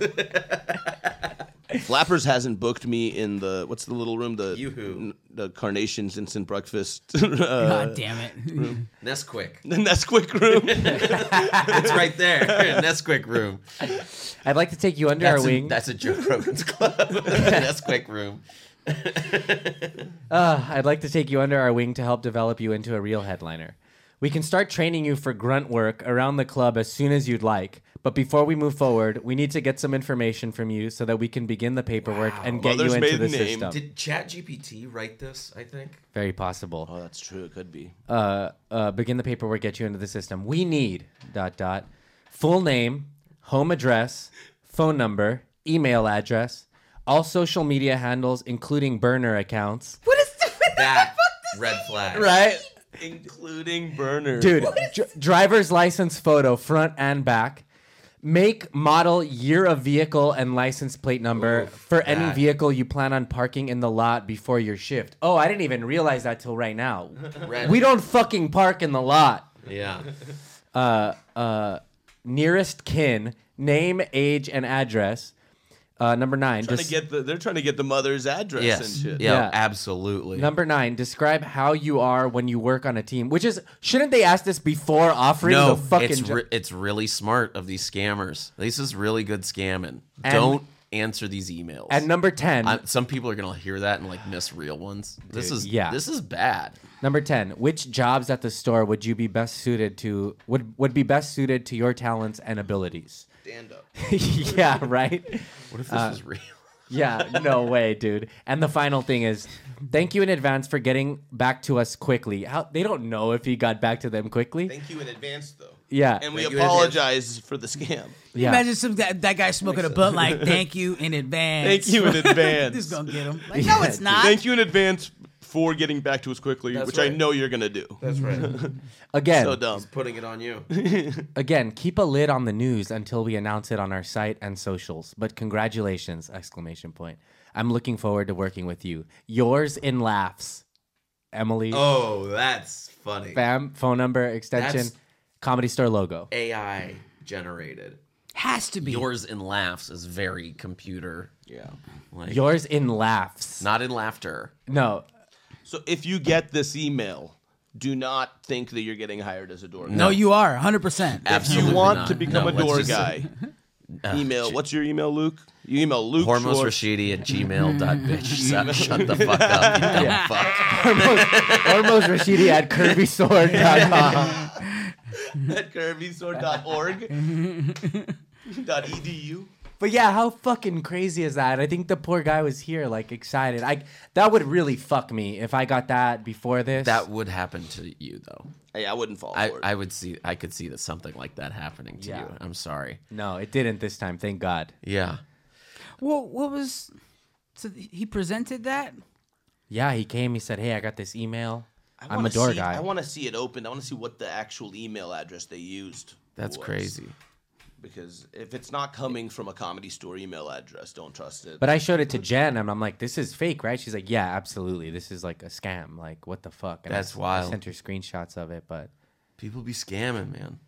[SPEAKER 2] Flappers hasn't booked me in the what's the little room the
[SPEAKER 1] Yoo-hoo.
[SPEAKER 2] the Carnations instant breakfast uh,
[SPEAKER 4] God damn it.
[SPEAKER 1] Nesquik.
[SPEAKER 2] the Nesquik room.
[SPEAKER 1] It's right there. Nesquik room.
[SPEAKER 3] I'd like to take you under
[SPEAKER 1] That's
[SPEAKER 3] our
[SPEAKER 1] a,
[SPEAKER 3] wing.
[SPEAKER 1] that's a Joe Rogan's club. Nesquik room.
[SPEAKER 3] Uh, I'd like to take you under our wing to help develop you into a real headliner. We can start training you for grunt work around the club as soon as you'd like. But before we move forward, we need to get some information from you so that we can begin the paperwork and get
[SPEAKER 2] Mother's
[SPEAKER 3] you into the
[SPEAKER 2] maiden name.
[SPEAKER 3] system.
[SPEAKER 1] Did ChatGPT write this? I think.
[SPEAKER 3] Very possible.
[SPEAKER 2] Oh, that's true. It could be.
[SPEAKER 3] uh, uh, begin the paperwork, get you into the system. We need dot dot full name, home address, phone number, email address, all social media handles, including burner accounts.
[SPEAKER 5] What is with
[SPEAKER 1] That red flag.
[SPEAKER 3] Right,
[SPEAKER 2] Including burner.
[SPEAKER 3] dude. dr- driver's license photo, front and back. Make, model, year of vehicle, and license plate number for any
[SPEAKER 1] that.
[SPEAKER 3] vehicle you plan on parking in the lot before your shift. Oh, I didn't even realize that till right now.
[SPEAKER 1] Red.
[SPEAKER 3] we don't fucking park in the lot.
[SPEAKER 1] Yeah.
[SPEAKER 3] nearest kin, name, age, and address. Uh, number nine.
[SPEAKER 2] Trying
[SPEAKER 3] des-
[SPEAKER 2] to get the, they're trying to get the mother's address and
[SPEAKER 1] Yes. Yeah,
[SPEAKER 2] shit.
[SPEAKER 3] Yeah.
[SPEAKER 1] Absolutely.
[SPEAKER 3] number nine. Describe how you are when you work on a team. Which is shouldn't they ask this before offering
[SPEAKER 1] no,
[SPEAKER 3] the fucking?
[SPEAKER 1] it's
[SPEAKER 3] jo-
[SPEAKER 1] re- it's really smart of these scammers. This is really good scamming.
[SPEAKER 3] And-
[SPEAKER 1] Don't answer these emails.
[SPEAKER 3] and number ten.
[SPEAKER 1] I, some people are gonna hear that and like miss real ones. This is
[SPEAKER 3] yeah.
[SPEAKER 1] yeah. This is bad.
[SPEAKER 3] number ten. Which jobs at the store would you be best suited to? Would would be best suited to your talents and abilities?
[SPEAKER 2] Stand up.
[SPEAKER 3] yeah. Right.
[SPEAKER 1] What if this was real?
[SPEAKER 3] Yeah, no way, dude. And the final thing is, thank you in advance for getting back to us quickly. How they don't know if he got back to them quickly.
[SPEAKER 2] Thank you in advance, though.
[SPEAKER 3] Yeah.
[SPEAKER 2] And we
[SPEAKER 1] Thank you in
[SPEAKER 2] apologize for the scam.
[SPEAKER 3] Yeah.
[SPEAKER 4] Imagine some guy, that guy smoking a butt like, thank you in advance.
[SPEAKER 2] Thank you in advance.
[SPEAKER 4] This is going to get him. Like, no, it's not.
[SPEAKER 2] Thank you in advance for getting back to us quickly, which I
[SPEAKER 1] right.
[SPEAKER 2] know you're gonna do.
[SPEAKER 1] That's right.
[SPEAKER 3] Again,
[SPEAKER 2] so dumb.
[SPEAKER 1] putting it on you.
[SPEAKER 3] Again, keep a lid on the news until we announce it on our site and socials. But congratulations! Exclamation point. I'm looking forward to working with you. Yours in laughs, Emily.
[SPEAKER 1] Oh, that's funny.
[SPEAKER 3] Fam, phone number extension,
[SPEAKER 1] That's-
[SPEAKER 3] comedy store logo.
[SPEAKER 1] AI generated.
[SPEAKER 4] Has to be.
[SPEAKER 1] Yours in laughs is very computer.
[SPEAKER 2] Yeah.
[SPEAKER 1] Like
[SPEAKER 3] Yours in laughs.
[SPEAKER 1] not in laughter.
[SPEAKER 3] No,
[SPEAKER 2] So if you get this email, do not think that you're getting hired as a door guy.
[SPEAKER 4] no, you are 100%.
[SPEAKER 2] if you want
[SPEAKER 1] not.
[SPEAKER 2] to
[SPEAKER 1] No,
[SPEAKER 2] become a
[SPEAKER 1] let's
[SPEAKER 2] door
[SPEAKER 1] just- Ah,
[SPEAKER 2] guy, email. What's your email, Luke? You email Luke.
[SPEAKER 1] Hormos
[SPEAKER 2] Shore-
[SPEAKER 1] Rashidi at gmail dot bitch. Shut, shut the fuck up, you dumb fuck.
[SPEAKER 3] Hormoz Rashidi at curvysword.com.
[SPEAKER 2] at curvysword.org. dot E edu.
[SPEAKER 3] But yeah, how fucking crazy is that? I think the poor guy was here, like excited. I that would really fuck me if I got that before this.
[SPEAKER 1] That would happen to you though.
[SPEAKER 2] Hey, I wouldn't fall
[SPEAKER 1] I,
[SPEAKER 2] for it.
[SPEAKER 1] I would see I could see that something like that happening to you.
[SPEAKER 3] Yeah.
[SPEAKER 1] I'm sorry.
[SPEAKER 3] no, it didn't this time. Thank God.
[SPEAKER 1] Yeah.
[SPEAKER 4] Well, what was. So he presented that?
[SPEAKER 3] Yeah, he came. He said, "Hey, I got this email.
[SPEAKER 2] I
[SPEAKER 3] I'm
[SPEAKER 2] wanna
[SPEAKER 3] a door
[SPEAKER 2] see-
[SPEAKER 3] guy."
[SPEAKER 2] I want to see it open. I want to see what the actual email address they used.
[SPEAKER 1] That's
[SPEAKER 2] was.
[SPEAKER 1] crazy.
[SPEAKER 2] Because if it's not coming from a comedy store email address, don't trust it.
[SPEAKER 3] but I showed it to Jen, and I'm like, "This is fake, right?" She's like, "Yeah, absolutely. This is like a scam. Like, what the fuck?" And I
[SPEAKER 1] That's
[SPEAKER 3] s- I
[SPEAKER 1] wild.
[SPEAKER 3] sent her screenshots of it, but
[SPEAKER 1] People be scamming, man.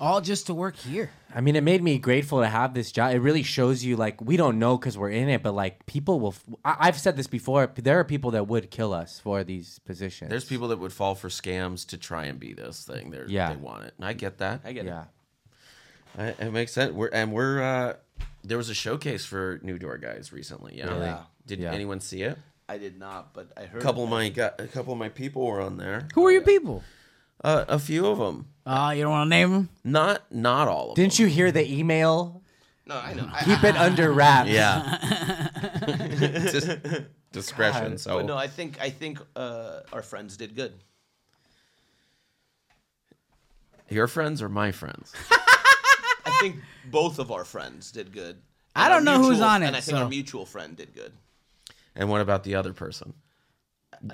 [SPEAKER 4] All just to work here.
[SPEAKER 3] I mean, it made me grateful to have this job. It really shows you, like, we don't know because we're in it, but like, people will. F- I- have said this before. p- There are people that would kill us for these positions.
[SPEAKER 1] There's people that would fall for scams to try and be this thing. They're,
[SPEAKER 3] Yeah.
[SPEAKER 1] They want it. And I get that.
[SPEAKER 2] I get it.
[SPEAKER 3] yeah.
[SPEAKER 1] I, it makes sense. We're and we're uh there was a showcase for New Door guys recently. Yeah.
[SPEAKER 2] Really?
[SPEAKER 1] Did
[SPEAKER 3] Yeah.
[SPEAKER 1] anyone see it?
[SPEAKER 2] I did not, but I heard
[SPEAKER 1] A couple of my gu- a couple of my people were on there.
[SPEAKER 4] Who are your people?
[SPEAKER 1] Uh, a few of them.
[SPEAKER 4] Oh, you don't want to name them?
[SPEAKER 1] Not not all of them.
[SPEAKER 3] Didn't you hear the email?
[SPEAKER 2] No, I know. I,
[SPEAKER 3] Keep it under wraps.
[SPEAKER 1] Yeah. Just discretion. So
[SPEAKER 2] but no, I think I think uh, our friends did good.
[SPEAKER 1] your friends or my friends?
[SPEAKER 2] I think both of our friends did good.
[SPEAKER 4] I
[SPEAKER 2] And our
[SPEAKER 4] don't know who's on
[SPEAKER 2] And
[SPEAKER 4] it,
[SPEAKER 2] I think
[SPEAKER 4] so-
[SPEAKER 2] our mutual friend did good.
[SPEAKER 1] And what about the other person?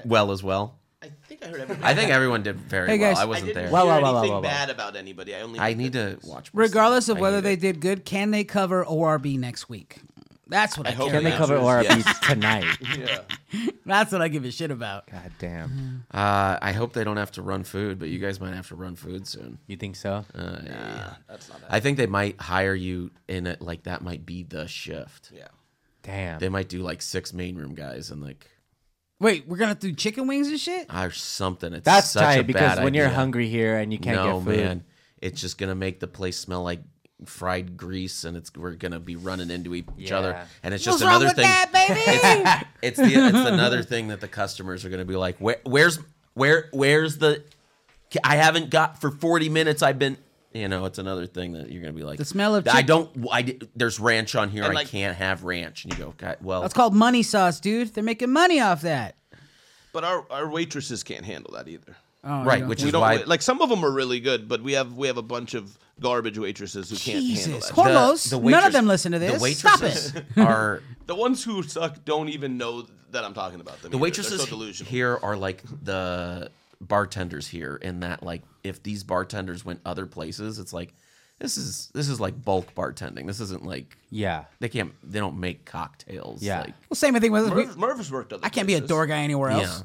[SPEAKER 1] Well as well.
[SPEAKER 2] I think I heard everybody.
[SPEAKER 1] I think everyone did very
[SPEAKER 4] Hey,
[SPEAKER 1] well.
[SPEAKER 4] guys.
[SPEAKER 1] I
[SPEAKER 2] I
[SPEAKER 1] wasn't
[SPEAKER 2] didn't
[SPEAKER 1] there.
[SPEAKER 2] hear
[SPEAKER 3] Well, well, well,
[SPEAKER 2] anything
[SPEAKER 3] well, well.
[SPEAKER 2] bad about anybody. I only
[SPEAKER 1] I
[SPEAKER 2] heard
[SPEAKER 1] need
[SPEAKER 2] good
[SPEAKER 1] to
[SPEAKER 2] things.
[SPEAKER 1] watch. my
[SPEAKER 4] Regardless
[SPEAKER 1] stuff.
[SPEAKER 4] of
[SPEAKER 1] I
[SPEAKER 4] whether
[SPEAKER 1] need
[SPEAKER 4] they
[SPEAKER 1] it.
[SPEAKER 4] did good, can they cover ORB next week? That's what I,
[SPEAKER 2] hope
[SPEAKER 4] care
[SPEAKER 3] Can they
[SPEAKER 2] Yeah.
[SPEAKER 4] about.
[SPEAKER 3] cover
[SPEAKER 2] Answer is
[SPEAKER 3] ORBs tonight?
[SPEAKER 2] Yeah.
[SPEAKER 4] That's what I give a shit about.
[SPEAKER 3] God
[SPEAKER 4] Mm-hmm.
[SPEAKER 3] damn.
[SPEAKER 1] Uh, I hope they don't have to run food, but you guys might have to run food soon.
[SPEAKER 3] You think so?
[SPEAKER 1] Uh,
[SPEAKER 2] That's not bad.
[SPEAKER 1] I think they might hire you in it. Like that might be the shift.
[SPEAKER 2] Yeah.
[SPEAKER 3] Damn.
[SPEAKER 1] They might do like six main room guys and like
[SPEAKER 4] Wait, we're gonna do chicken wings and shit?
[SPEAKER 1] or something. It's
[SPEAKER 3] That's
[SPEAKER 1] such a
[SPEAKER 3] tight because
[SPEAKER 1] bad
[SPEAKER 3] when you're
[SPEAKER 1] idea.
[SPEAKER 3] hungry here and you can't
[SPEAKER 1] no
[SPEAKER 3] get food.
[SPEAKER 1] man, it's just gonna make the place smell like fried grease, and it's we're gonna be running into each other,
[SPEAKER 3] Yeah.
[SPEAKER 1] and it's
[SPEAKER 4] What's
[SPEAKER 1] just
[SPEAKER 4] wrong
[SPEAKER 1] another
[SPEAKER 4] with
[SPEAKER 1] thing.
[SPEAKER 4] that, baby?
[SPEAKER 1] It's the it's another thing that the customers are gonna be like, Where, where's where where's the I haven't got for 40 minutes. I've been, you know, it's another thing that you're gonna be like
[SPEAKER 4] The smell of
[SPEAKER 1] I
[SPEAKER 4] chick-
[SPEAKER 1] don't. I di- there's ranch on here.
[SPEAKER 2] And,
[SPEAKER 1] I
[SPEAKER 2] like-
[SPEAKER 1] can't have ranch. And you go, okay, well,
[SPEAKER 4] That's called money sauce, dude. They're making money off that.
[SPEAKER 2] But our, our waitresses can't handle that either.
[SPEAKER 4] Oh,
[SPEAKER 1] right,
[SPEAKER 4] yeah.
[SPEAKER 1] which
[SPEAKER 2] we
[SPEAKER 1] is
[SPEAKER 2] don't
[SPEAKER 1] why
[SPEAKER 2] like some of them are really good, but we have we have a bunch of garbage waitresses who can't handle
[SPEAKER 4] Jesus,
[SPEAKER 2] that.
[SPEAKER 1] The-
[SPEAKER 4] Hormos.
[SPEAKER 1] the
[SPEAKER 4] None of
[SPEAKER 1] waitress-
[SPEAKER 4] them listen to this.
[SPEAKER 1] The
[SPEAKER 4] Stop
[SPEAKER 1] waitresses
[SPEAKER 4] it.
[SPEAKER 1] are
[SPEAKER 2] The ones who suck don't even know that I'm talking about them.
[SPEAKER 1] the waitresses
[SPEAKER 2] so delusional.
[SPEAKER 1] here are like the bartenders here in that like if these bartenders went other places, it's like this is this is like bulk bartending. This isn't like
[SPEAKER 3] Yeah.
[SPEAKER 1] they can't they don't make cocktails.
[SPEAKER 3] Yeah.
[SPEAKER 1] like,
[SPEAKER 4] Well, same thing with
[SPEAKER 2] Merv, Merv has worked other.
[SPEAKER 4] I can't be a
[SPEAKER 2] places.
[SPEAKER 4] door guy anywhere else.
[SPEAKER 1] yeah.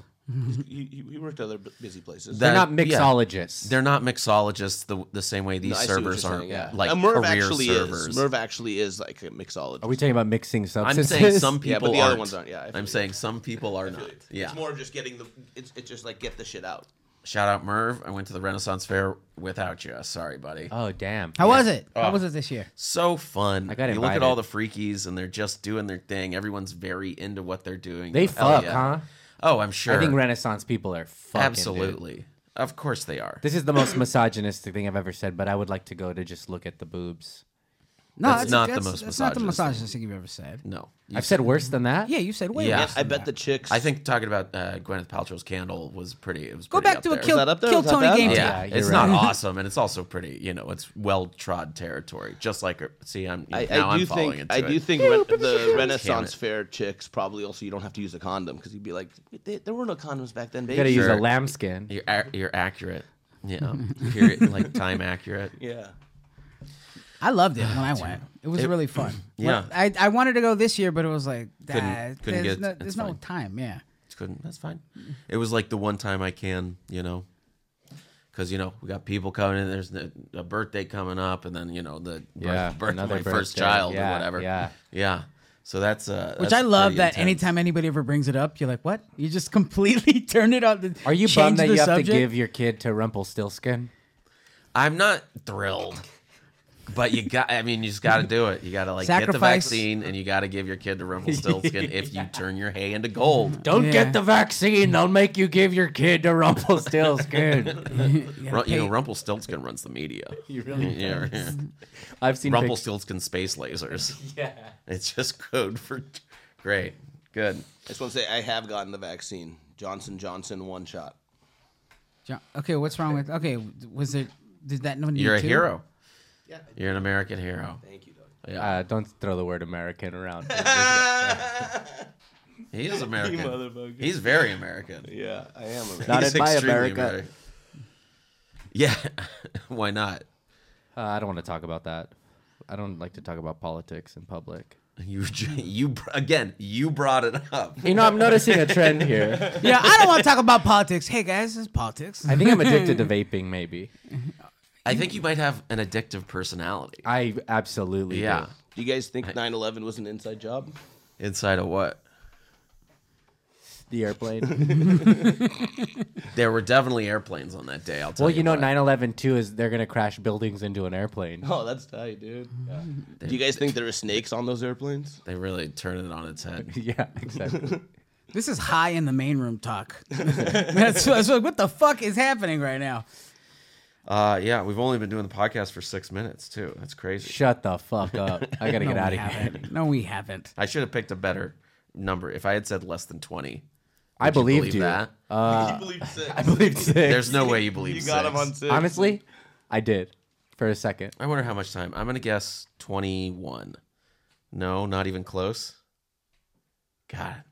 [SPEAKER 2] He, he, he worked other bu- busy places.
[SPEAKER 1] That-
[SPEAKER 3] They're not
[SPEAKER 1] yeah.
[SPEAKER 3] mixologists.
[SPEAKER 1] They're not mixologists the the same way these
[SPEAKER 2] I see what
[SPEAKER 1] servers
[SPEAKER 2] you're
[SPEAKER 1] aren't
[SPEAKER 2] saying, yeah.
[SPEAKER 1] like
[SPEAKER 2] Uh, Merv
[SPEAKER 1] career
[SPEAKER 2] actually
[SPEAKER 1] servers.
[SPEAKER 2] Is. Merv actually is like a mixologist.
[SPEAKER 3] Are we talking about mixing
[SPEAKER 1] I'm
[SPEAKER 3] substances?
[SPEAKER 1] saying some
[SPEAKER 2] Yeah, but
[SPEAKER 1] people
[SPEAKER 2] the other
[SPEAKER 1] aren't.
[SPEAKER 2] ones aren't, yeah, I feel
[SPEAKER 1] I'm
[SPEAKER 2] you.
[SPEAKER 1] saying some people are not. Yeah.
[SPEAKER 2] It's more just getting the. It's, it's just like get the shit out.
[SPEAKER 1] Shout out Merv. I went to the Renaissance Fair without you. Sorry, buddy.
[SPEAKER 3] Oh damn.
[SPEAKER 4] How was it?
[SPEAKER 1] Oh.
[SPEAKER 4] How was it this year?
[SPEAKER 1] so fun. I
[SPEAKER 3] got
[SPEAKER 1] You look at
[SPEAKER 3] invited.
[SPEAKER 1] all the freakies and they're just doing their thing. Everyone's very into what they're doing.
[SPEAKER 3] They
[SPEAKER 1] Hell
[SPEAKER 3] fuck,
[SPEAKER 1] yeah.
[SPEAKER 3] huh?
[SPEAKER 1] Oh, I'm sure.
[SPEAKER 3] I think Renaissance people are fucking. dude.
[SPEAKER 1] Absolutely. Of course they are.
[SPEAKER 3] This is the most misogynistic thing I've ever said, but I would like to go to just look at the boobs.
[SPEAKER 4] No,
[SPEAKER 1] That's not the
[SPEAKER 4] that's,
[SPEAKER 1] most
[SPEAKER 4] That's not the
[SPEAKER 1] misogynist thing.
[SPEAKER 4] misogynist thing you've ever said.
[SPEAKER 1] no.
[SPEAKER 3] I've said worse than that.
[SPEAKER 4] Yeah, you said way
[SPEAKER 1] Yeah.
[SPEAKER 4] worse
[SPEAKER 2] I
[SPEAKER 4] than
[SPEAKER 2] bet
[SPEAKER 4] that.
[SPEAKER 2] the chicks.
[SPEAKER 1] I think talking about uh, Gwyneth Paltrow's candle was pretty. It was
[SPEAKER 4] Go
[SPEAKER 1] pretty
[SPEAKER 4] back
[SPEAKER 1] up
[SPEAKER 4] to a
[SPEAKER 1] there.
[SPEAKER 4] kill,
[SPEAKER 2] that up there?
[SPEAKER 4] kill
[SPEAKER 2] Was that
[SPEAKER 4] Tony
[SPEAKER 2] bad?
[SPEAKER 4] game.
[SPEAKER 1] Yeah,
[SPEAKER 3] Yeah,
[SPEAKER 1] it's
[SPEAKER 3] you're
[SPEAKER 1] not
[SPEAKER 3] right.
[SPEAKER 1] awesome, and it's also pretty. You know, it's well trod territory. Just like her- see, I'm
[SPEAKER 2] I,
[SPEAKER 1] now
[SPEAKER 2] I
[SPEAKER 1] am
[SPEAKER 2] do
[SPEAKER 1] falling
[SPEAKER 2] think
[SPEAKER 1] into
[SPEAKER 2] I
[SPEAKER 1] it.
[SPEAKER 2] do think re- the Renaissance
[SPEAKER 1] it.
[SPEAKER 2] Fair chicks probably also you don't have to use a condom because you'd be like "They- there were no condoms back then,
[SPEAKER 3] You gotta
[SPEAKER 2] baby.
[SPEAKER 3] use a
[SPEAKER 1] Sure.
[SPEAKER 3] lambskin.
[SPEAKER 1] you're ac- you're accurate. Yeah, period, like time accurate.
[SPEAKER 2] yeah,
[SPEAKER 4] I loved it when I went. It was really fun.
[SPEAKER 1] Yeah.
[SPEAKER 4] When- I, I wanted to go this year, but it was like
[SPEAKER 1] Couldn't-
[SPEAKER 4] ah,
[SPEAKER 1] couldn't
[SPEAKER 4] there's
[SPEAKER 1] get-
[SPEAKER 4] no,
[SPEAKER 1] it's
[SPEAKER 4] there's no
[SPEAKER 1] fine.
[SPEAKER 4] time. Yeah.
[SPEAKER 1] couldn't. That's fine. It was like the one time I can, you know, because you know we got people coming in. There's the, a birthday coming up, and then you know the
[SPEAKER 3] Yeah,
[SPEAKER 1] birth, birth of
[SPEAKER 3] another
[SPEAKER 1] my first
[SPEAKER 3] birthday.
[SPEAKER 1] child
[SPEAKER 3] Yeah,
[SPEAKER 1] or whatever.
[SPEAKER 3] yeah.
[SPEAKER 1] yeah. So that's uh,
[SPEAKER 4] Which
[SPEAKER 1] that's
[SPEAKER 4] I love
[SPEAKER 1] pretty
[SPEAKER 4] that
[SPEAKER 1] intense.
[SPEAKER 4] anytime anybody ever brings it up, you're like, what? You just completely turn it on.
[SPEAKER 3] Are you
[SPEAKER 4] change
[SPEAKER 3] bummed that
[SPEAKER 4] the
[SPEAKER 3] you have
[SPEAKER 4] subject?
[SPEAKER 3] to give your kid to Rumpelstiltskin?
[SPEAKER 1] I'm not thrilled. But you got, I mean, you just got to do it. You got to like get the
[SPEAKER 4] Sacrifice.
[SPEAKER 1] vaccine and you got to give your kid the Rumpelstiltskin if you turn your hay into gold.
[SPEAKER 3] Don't
[SPEAKER 4] Yeah.
[SPEAKER 3] get the vaccine. They'll make you give your kid to Rumpelstiltskin. Mm.
[SPEAKER 4] You
[SPEAKER 1] Ru-
[SPEAKER 4] gotta
[SPEAKER 1] you know,
[SPEAKER 4] pay-
[SPEAKER 1] Rumpelstiltskin runs the media. You
[SPEAKER 3] really
[SPEAKER 1] yeah, yeah.
[SPEAKER 3] I've seen pictures.
[SPEAKER 1] Rumpelstiltskin space lasers. Yeah. It's just code for great. Good.
[SPEAKER 2] I just want to say I have gotten the vaccine Johnson Johnson one shot.
[SPEAKER 4] Jo- Okay, what's wrong with? Okay, was it? Did that no need
[SPEAKER 1] You're a
[SPEAKER 4] to?
[SPEAKER 1] hero.
[SPEAKER 2] Yeah,
[SPEAKER 1] You're an American hero.
[SPEAKER 2] thank you, Doug.
[SPEAKER 1] Yeah.
[SPEAKER 3] Uh, don't throw the word American around.
[SPEAKER 1] He is American.
[SPEAKER 2] motherfucker.
[SPEAKER 1] He's very American.
[SPEAKER 2] Yeah, I am. A
[SPEAKER 3] Not
[SPEAKER 1] He's
[SPEAKER 3] in my
[SPEAKER 1] extremely
[SPEAKER 3] America.
[SPEAKER 1] American. Yeah. Why not?
[SPEAKER 3] Uh, I don't want to talk about that. I don't like to talk about politics in public.
[SPEAKER 1] You j- you br- again. You brought it up.
[SPEAKER 3] You know, I'm noticing a trend here.
[SPEAKER 4] Yeah, I don't want to talk about politics. Hey guys, it's politics.
[SPEAKER 3] I think I'm addicted to vaping. Maybe
[SPEAKER 1] I think you might have an addictive personality.
[SPEAKER 3] I absolutely
[SPEAKER 1] Yeah.
[SPEAKER 3] do.
[SPEAKER 2] Do you guys think 9/11 was an inside job?
[SPEAKER 1] Inside of what?
[SPEAKER 3] the airplane.
[SPEAKER 1] There were definitely airplanes on that day. I'll tell
[SPEAKER 3] well,
[SPEAKER 1] you.
[SPEAKER 3] you know,
[SPEAKER 1] what.
[SPEAKER 3] 9/11 too is they're gonna crash buildings into an airplane.
[SPEAKER 2] Oh, that's tight, dude. Yeah. Do you guys think there were snakes on those airplanes?
[SPEAKER 1] they really turned it on its head.
[SPEAKER 3] yeah, exactly.
[SPEAKER 4] This is high in the main room talk. that's, that's what, what the fuck is happening right now.
[SPEAKER 1] Uh, yeah, we've only been doing the podcast for six minutes too. That's crazy.
[SPEAKER 3] Shut the fuck up. I gotta
[SPEAKER 4] No,
[SPEAKER 3] get out
[SPEAKER 4] we
[SPEAKER 3] of here.
[SPEAKER 4] haven't. No, we haven't.
[SPEAKER 1] I should have picked a better number. If I had said less than twenty,
[SPEAKER 3] I
[SPEAKER 1] Would you
[SPEAKER 3] believed
[SPEAKER 1] believe
[SPEAKER 3] you.
[SPEAKER 1] that?
[SPEAKER 2] you believe six.
[SPEAKER 3] I believed six.
[SPEAKER 1] there's no way you believe.
[SPEAKER 2] you got
[SPEAKER 1] six.
[SPEAKER 2] him on six.
[SPEAKER 3] Honestly, I did for a second.
[SPEAKER 1] I wonder how much time. I'm gonna guess twenty-one. No, not even close. God,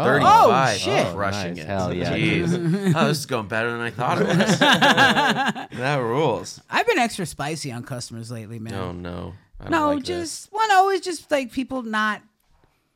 [SPEAKER 3] Oh,
[SPEAKER 1] 35.
[SPEAKER 4] Oh, shit.
[SPEAKER 1] Crushing
[SPEAKER 3] nice.
[SPEAKER 1] it.
[SPEAKER 3] Hell yeah.
[SPEAKER 1] Jeez. oh, this is going better than I thought it was. that rules.
[SPEAKER 4] I've been extra spicy on customers lately, man.
[SPEAKER 1] Oh, no. I don't
[SPEAKER 4] no,
[SPEAKER 1] like this.
[SPEAKER 4] just one always just like people not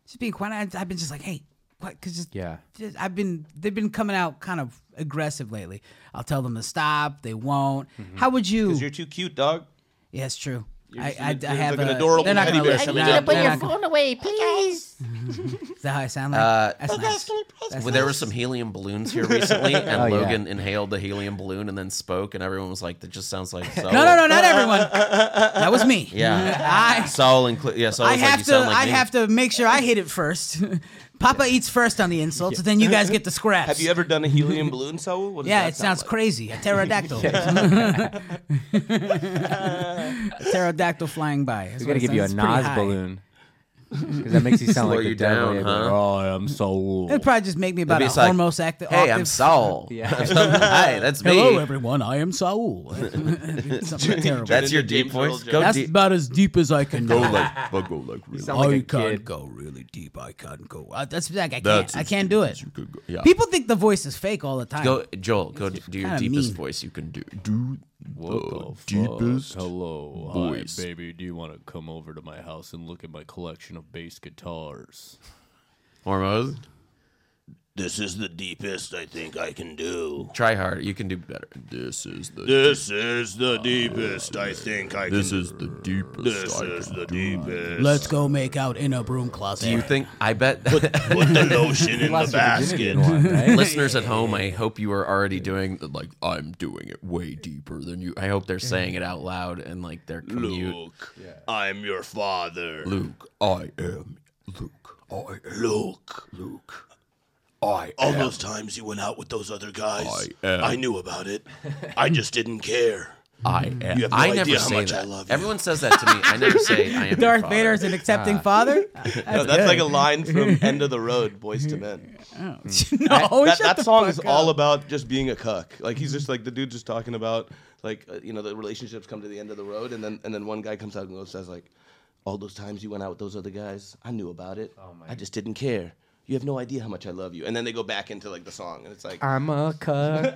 [SPEAKER 4] just being quiet. I, I've been just like, hey, what? Because just
[SPEAKER 3] Yeah.
[SPEAKER 4] just- I've been they've been coming out kind of aggressive lately. I'll tell them to stop. They won't. How would you?
[SPEAKER 2] You're too cute, dog.
[SPEAKER 4] yeah, it's true. I,
[SPEAKER 2] just
[SPEAKER 4] I,
[SPEAKER 2] an-
[SPEAKER 4] I
[SPEAKER 2] you're
[SPEAKER 4] have
[SPEAKER 2] like an
[SPEAKER 4] a-
[SPEAKER 2] adorable
[SPEAKER 4] They're not
[SPEAKER 2] teddy
[SPEAKER 4] gonna
[SPEAKER 2] bear
[SPEAKER 4] listen.
[SPEAKER 2] coming
[SPEAKER 4] Nah,
[SPEAKER 2] out.
[SPEAKER 4] they're
[SPEAKER 5] Put your
[SPEAKER 4] not gonna-
[SPEAKER 5] phone away, please.
[SPEAKER 4] Is that how I sound like?
[SPEAKER 1] Uh,
[SPEAKER 4] That's nice. That's
[SPEAKER 1] Well, there
[SPEAKER 4] nice.
[SPEAKER 1] were some helium balloons here recently, and
[SPEAKER 3] Oh, yeah.
[SPEAKER 1] Logan inhaled the helium balloon and then spoke, and everyone was like, that just sounds like so.
[SPEAKER 4] No, no, no, not everyone. That was me.
[SPEAKER 1] Yeah.
[SPEAKER 4] I-
[SPEAKER 1] Saul and Cle- yeah, Saul
[SPEAKER 4] I
[SPEAKER 1] was like,
[SPEAKER 4] have
[SPEAKER 1] you
[SPEAKER 4] to.
[SPEAKER 1] sound like
[SPEAKER 4] I
[SPEAKER 1] me.
[SPEAKER 4] have to make sure I hit it first. Papa eats first on the insults, then you guys get the scraps.
[SPEAKER 2] Have you ever done a helium balloon, Saul? What does
[SPEAKER 4] Yeah,
[SPEAKER 2] that
[SPEAKER 4] it sounds
[SPEAKER 2] sound like?
[SPEAKER 4] crazy. A pterodactyl. A pterodactyl flying by. That's
[SPEAKER 3] We're
[SPEAKER 4] what
[SPEAKER 3] gonna
[SPEAKER 4] it
[SPEAKER 3] give you a
[SPEAKER 4] sounds. It's pretty
[SPEAKER 3] Nas
[SPEAKER 4] high.
[SPEAKER 3] balloon. Because that makes you sound
[SPEAKER 1] Slow
[SPEAKER 3] like the
[SPEAKER 1] you
[SPEAKER 3] devil.
[SPEAKER 1] down,
[SPEAKER 3] You're
[SPEAKER 1] huh?
[SPEAKER 3] like, oh, I'm so.
[SPEAKER 4] It'd probably just make me about
[SPEAKER 1] It'd
[SPEAKER 4] a
[SPEAKER 1] be just like,
[SPEAKER 4] almost act-
[SPEAKER 1] Hey, I'm
[SPEAKER 4] octave.
[SPEAKER 1] Saul.
[SPEAKER 3] Yeah.
[SPEAKER 1] Hi, that's me.
[SPEAKER 4] Hello, everyone. I am Saul. Something terrible.
[SPEAKER 1] That's your
[SPEAKER 2] James
[SPEAKER 1] deep
[SPEAKER 2] Earl
[SPEAKER 1] voice.
[SPEAKER 2] Jones.
[SPEAKER 1] Go
[SPEAKER 4] That's
[SPEAKER 1] deep.
[SPEAKER 4] about as deep as I can go.
[SPEAKER 1] like, but go like really.
[SPEAKER 3] sound like
[SPEAKER 4] I
[SPEAKER 3] a
[SPEAKER 4] can't
[SPEAKER 3] kid.
[SPEAKER 4] go really deep. I can't go. I, that's like I
[SPEAKER 1] That's
[SPEAKER 4] can't. I
[SPEAKER 1] as
[SPEAKER 4] can't
[SPEAKER 1] deep
[SPEAKER 4] do
[SPEAKER 1] as
[SPEAKER 4] it.
[SPEAKER 1] you could go. Yeah.
[SPEAKER 4] People think the voice is fake all the time.
[SPEAKER 1] Go, Joel. Go d- do your
[SPEAKER 4] kinda
[SPEAKER 1] deepest
[SPEAKER 4] mean.
[SPEAKER 1] voice you can do. Do
[SPEAKER 5] What the
[SPEAKER 1] deepest
[SPEAKER 5] fuck? Hello,
[SPEAKER 1] voice.
[SPEAKER 5] Hi, baby. Do you want to come over to my house and look at my collection of bass guitars?
[SPEAKER 1] Hormones.
[SPEAKER 2] This is the deepest I think I can do.
[SPEAKER 1] Try hard. You can do better. This is the.
[SPEAKER 2] This is the deepest I think I
[SPEAKER 1] This
[SPEAKER 2] can.
[SPEAKER 1] is the deepest.
[SPEAKER 2] This
[SPEAKER 1] I
[SPEAKER 2] is
[SPEAKER 1] can
[SPEAKER 2] the
[SPEAKER 1] do.
[SPEAKER 2] deepest.
[SPEAKER 4] Let's go make out in a broom closet.
[SPEAKER 1] Do you think? I bet.
[SPEAKER 2] Put the lotion in the
[SPEAKER 3] Lost your virginity
[SPEAKER 2] basket.
[SPEAKER 3] in one, right?
[SPEAKER 1] listeners at home, I hope you are already doing the, like I'm doing it way deeper than you. I hope they're saying it out loud and like their commute.
[SPEAKER 2] Luke, I'm your father.
[SPEAKER 1] Luke, I am Luke. I am
[SPEAKER 2] Luke.
[SPEAKER 1] Luke. I
[SPEAKER 2] All those times you went out with those other guys,
[SPEAKER 1] I am-
[SPEAKER 2] I knew about it. I just didn't care.
[SPEAKER 1] I am.
[SPEAKER 2] You have no
[SPEAKER 1] I
[SPEAKER 2] idea
[SPEAKER 1] never
[SPEAKER 2] how
[SPEAKER 1] say
[SPEAKER 2] much
[SPEAKER 1] that.
[SPEAKER 2] I love you.
[SPEAKER 1] Everyone says that to me. I never say I am. your
[SPEAKER 4] Darth
[SPEAKER 1] father.
[SPEAKER 4] Vader Ah. is an accepting father?
[SPEAKER 2] no, that's like a line from End of the Road, Boys to Men.
[SPEAKER 4] no,
[SPEAKER 2] that,
[SPEAKER 4] Oh, shut
[SPEAKER 2] that
[SPEAKER 4] the
[SPEAKER 2] song
[SPEAKER 4] fuck
[SPEAKER 2] is
[SPEAKER 4] up.
[SPEAKER 2] all about just being a cuck. Like he's just like the dude's just talking about like uh, you know the relationships come to the end of the road, and then and then one guy comes out and goes says like, all those times you went out with those other guys, I knew about it.
[SPEAKER 4] Oh,
[SPEAKER 2] I just didn't care. You have no idea how much I love you. And then they go back into like the song, and it's like,
[SPEAKER 3] I'm a cuck.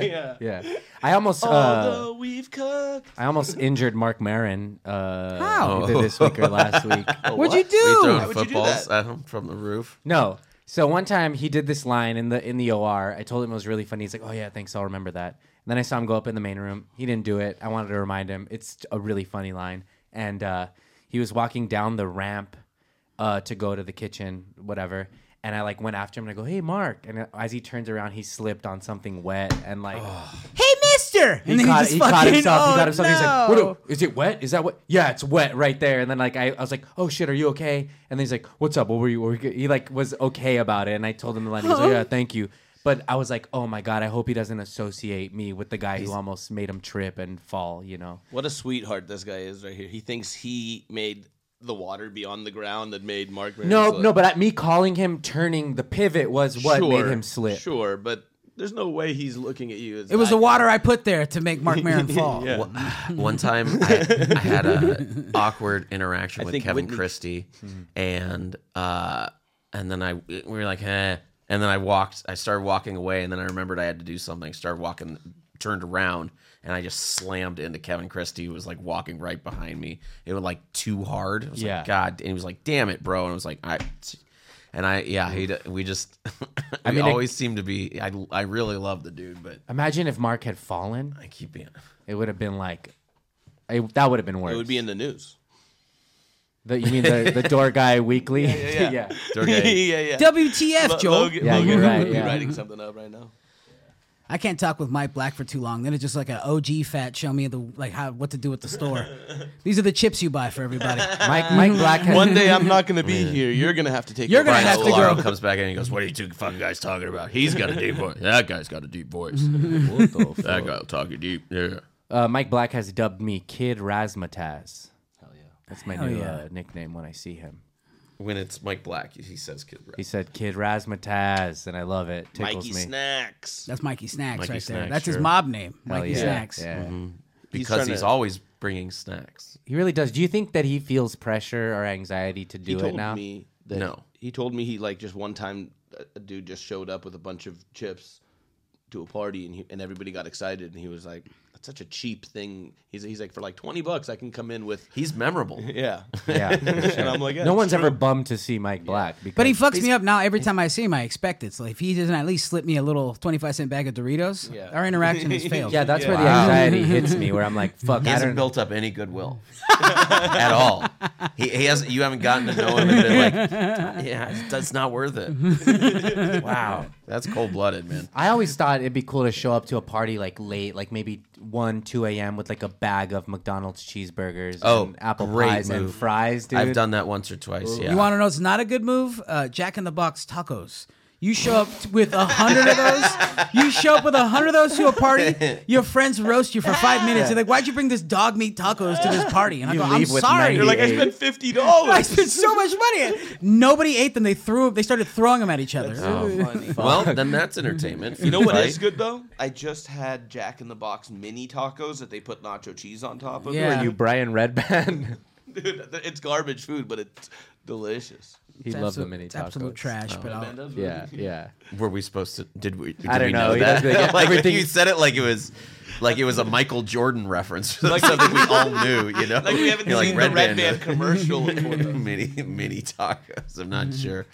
[SPEAKER 2] yeah.
[SPEAKER 3] yeah. I almost. Uh,
[SPEAKER 2] Although we've cooked.
[SPEAKER 3] I almost injured Mark Marin. Uh,
[SPEAKER 4] How? Oh.
[SPEAKER 3] Either this week or last week.
[SPEAKER 4] What'd you
[SPEAKER 1] Were you
[SPEAKER 4] do?
[SPEAKER 1] throwing
[SPEAKER 2] Why would you do
[SPEAKER 1] footballs at
[SPEAKER 2] that?
[SPEAKER 1] him from the roof?
[SPEAKER 3] No. So one time he did this line in the in the OR. I told him it was really funny. He's like, "Oh yeah, thanks. I'll remember that." And then I saw him go up in the main room. He didn't do it. I wanted to remind him. It's a really funny line. And uh, he was walking down the ramp uh, to go to the kitchen, whatever. And I like went after him and I go, "Hey, Mark!" And as he turns around, he slipped on something wet and like
[SPEAKER 4] Hey, mister! And
[SPEAKER 3] he,
[SPEAKER 4] then
[SPEAKER 3] caught,
[SPEAKER 4] he just
[SPEAKER 3] he
[SPEAKER 4] fucking,
[SPEAKER 3] caught himself.
[SPEAKER 4] Oh,
[SPEAKER 3] he caught himself.
[SPEAKER 4] No.
[SPEAKER 3] He's like, what do- is it wet? Is that what? Yeah, it's wet right there. And then like I, I was like, oh shit, are you okay? And then he's like, what's up? What were you? What were you good?" he like was okay about it. And I told him the line. He was like, yeah, thank you. But I was like, oh my god, I hope he doesn't associate me with the guy who almost made him trip and fall. You know.
[SPEAKER 2] What a sweetheart this guy is right here. He thinks he made the water beyond the ground that made Mark. Maron
[SPEAKER 3] No,
[SPEAKER 2] slip.
[SPEAKER 3] no. But at me calling him turning the pivot was what made him slip.
[SPEAKER 2] Sure, but there's no way he's looking at you. As
[SPEAKER 4] It was
[SPEAKER 2] that
[SPEAKER 4] the water I put there to make Mark Maron fall.
[SPEAKER 2] Yeah.
[SPEAKER 1] One time, I, I had an awkward interaction with
[SPEAKER 2] think
[SPEAKER 1] Kevin
[SPEAKER 2] Whitney-
[SPEAKER 1] Christie, and uh, and then I we were like, eh. and then I walked. I started walking away, and then I remembered I had to do something. Started walking, turned around, and I just slammed into Kevin Christie, who was like walking right behind me. It was like too hard. It was
[SPEAKER 3] Yeah.
[SPEAKER 1] like, God, and he was like, "Damn it, bro!" And I was like, "I." And I, yeah, he, d- we just, I
[SPEAKER 3] mean, it-
[SPEAKER 1] always seem to be. I, I really love the dude, but
[SPEAKER 3] Imagine if Mark had fallen,
[SPEAKER 1] I keep being.
[SPEAKER 3] it would have been like. It, that would have been worse.
[SPEAKER 2] It would be in the news.
[SPEAKER 3] the, you mean the, the door guy weekly?
[SPEAKER 2] yeah.
[SPEAKER 3] yeah.
[SPEAKER 1] Okay.
[SPEAKER 2] yeah, yeah. Lo-
[SPEAKER 4] WTF, Joel.
[SPEAKER 2] Logan,
[SPEAKER 3] Yeah,
[SPEAKER 2] Logan
[SPEAKER 3] you're right,
[SPEAKER 2] would be
[SPEAKER 3] yeah.
[SPEAKER 2] writing something up right now.
[SPEAKER 4] I can't talk with Mike Black for too long. Then it's just like an OG fat show me the like how what to do at the store. These are the chips you buy for everybody.
[SPEAKER 3] Mike Mike Black had
[SPEAKER 2] One day I'm not going to be here. You're going to have to take.
[SPEAKER 4] You're
[SPEAKER 2] over.
[SPEAKER 4] gonna
[SPEAKER 1] Brian
[SPEAKER 4] have to
[SPEAKER 1] Solaro
[SPEAKER 4] go.
[SPEAKER 1] comes back in and he goes, "What are you two fucking guys talking about? He's got a deep voice. That guy's got a deep voice.
[SPEAKER 5] What the fuck?
[SPEAKER 1] That guy'll talk you deep. Yeah,
[SPEAKER 3] Uh, Mike Black has dubbed me Kid Razmataz. Hell yeah. That's my new uh, nickname when I see him.
[SPEAKER 1] when it's Mike Black, he says Kid Rock.
[SPEAKER 3] He said Kid Razmataz, and I love it. Tickles
[SPEAKER 2] Mikey
[SPEAKER 3] me.
[SPEAKER 2] Snacks.
[SPEAKER 4] That's Mikey Snacks
[SPEAKER 1] Mikey
[SPEAKER 4] right there.
[SPEAKER 1] Snacks,
[SPEAKER 4] That's his
[SPEAKER 1] sure.
[SPEAKER 4] mob name,
[SPEAKER 3] Hell
[SPEAKER 4] Mikey
[SPEAKER 3] yeah.
[SPEAKER 4] Snacks.
[SPEAKER 3] Yeah.
[SPEAKER 1] Mm-hmm. because he's,
[SPEAKER 2] trying to-
[SPEAKER 1] always bringing snacks.
[SPEAKER 3] He really does. Do you think that he feels pressure or anxiety to
[SPEAKER 2] He
[SPEAKER 3] do it
[SPEAKER 2] told
[SPEAKER 3] now?
[SPEAKER 2] me that.
[SPEAKER 1] No.
[SPEAKER 2] He told me he like just one time a- a dude just showed up with a bunch of chips to a party and he, and everybody got excited and he was like, "That's such a cheap thing." He's he's like, "For like twenty bucks, I can come in with."
[SPEAKER 1] He's memorable.
[SPEAKER 2] Yeah.
[SPEAKER 3] Yeah. for sure.
[SPEAKER 2] and I'm like, yeah,
[SPEAKER 3] no
[SPEAKER 2] it's
[SPEAKER 3] one's
[SPEAKER 2] true.
[SPEAKER 3] ever bummed to see Mike Black. Because
[SPEAKER 4] But he fucks me up now every time I see him. I expect it. So if he doesn't at least slip me a little twenty-five cent bag of Doritos,
[SPEAKER 2] Yeah.
[SPEAKER 4] our interaction has failed.
[SPEAKER 3] Yeah, that's where the anxiety hits me, where I'm like, fuck,
[SPEAKER 1] He
[SPEAKER 3] I
[SPEAKER 1] hasn't
[SPEAKER 3] don't
[SPEAKER 1] built up any goodwill at all. He, he hasn't. You haven't gotten to know him and been like, "Yeah, that's not worth it." wow, That's cold blooded, man.
[SPEAKER 3] I always thought it'd be cool to show up to a party like late, like maybe one, two a.m. with like a bag of McDonald's cheeseburgers,
[SPEAKER 1] Oh,
[SPEAKER 3] and apple
[SPEAKER 1] great
[SPEAKER 3] pies and
[SPEAKER 1] move.
[SPEAKER 3] fries, dude.
[SPEAKER 1] I've done that once or twice. Yeah.
[SPEAKER 4] You want to know it's not a good move? Uh, Jack in the Box tacos. You show up t- with a hundred of those. You show up with a hundred of those to a party. Your friends roast you for five minutes. They're like, "Why'd you bring this dog meat tacos to this party?" And I
[SPEAKER 3] You
[SPEAKER 4] go, "I'm
[SPEAKER 3] leave with 90.
[SPEAKER 4] sorry."
[SPEAKER 2] You're like, I spent fifty dollars.
[SPEAKER 4] I spent so much money. Nobody ate them. They threw. They started throwing them at each other.
[SPEAKER 3] Oh,
[SPEAKER 1] well, then that's entertainment.
[SPEAKER 2] You know what
[SPEAKER 1] right?
[SPEAKER 2] is good though? I just had Jack in the Box mini tacos that they put nacho cheese on top of.
[SPEAKER 4] Yeah.
[SPEAKER 3] Are you Brian Redband?
[SPEAKER 2] Dude, it's garbage food, but it's delicious.
[SPEAKER 3] he
[SPEAKER 4] It's
[SPEAKER 3] loved the
[SPEAKER 4] absolute-
[SPEAKER 3] mini
[SPEAKER 4] it's absolute
[SPEAKER 3] tacos.
[SPEAKER 4] trash. But I'll,
[SPEAKER 2] Amanda?
[SPEAKER 3] Yeah, yeah.
[SPEAKER 1] Were we supposed to? Did we? Did
[SPEAKER 3] I don't
[SPEAKER 1] we
[SPEAKER 3] know. He
[SPEAKER 1] that?
[SPEAKER 3] does, like,
[SPEAKER 1] like
[SPEAKER 3] everything-
[SPEAKER 1] you said it like it was, like it was a Michael Jordan reference. like something we all knew. You know,
[SPEAKER 2] Like we haven't
[SPEAKER 1] You're
[SPEAKER 2] seen the Red Band
[SPEAKER 1] knows.
[SPEAKER 2] commercial. before.
[SPEAKER 1] mini mini tacos. I'm not sure.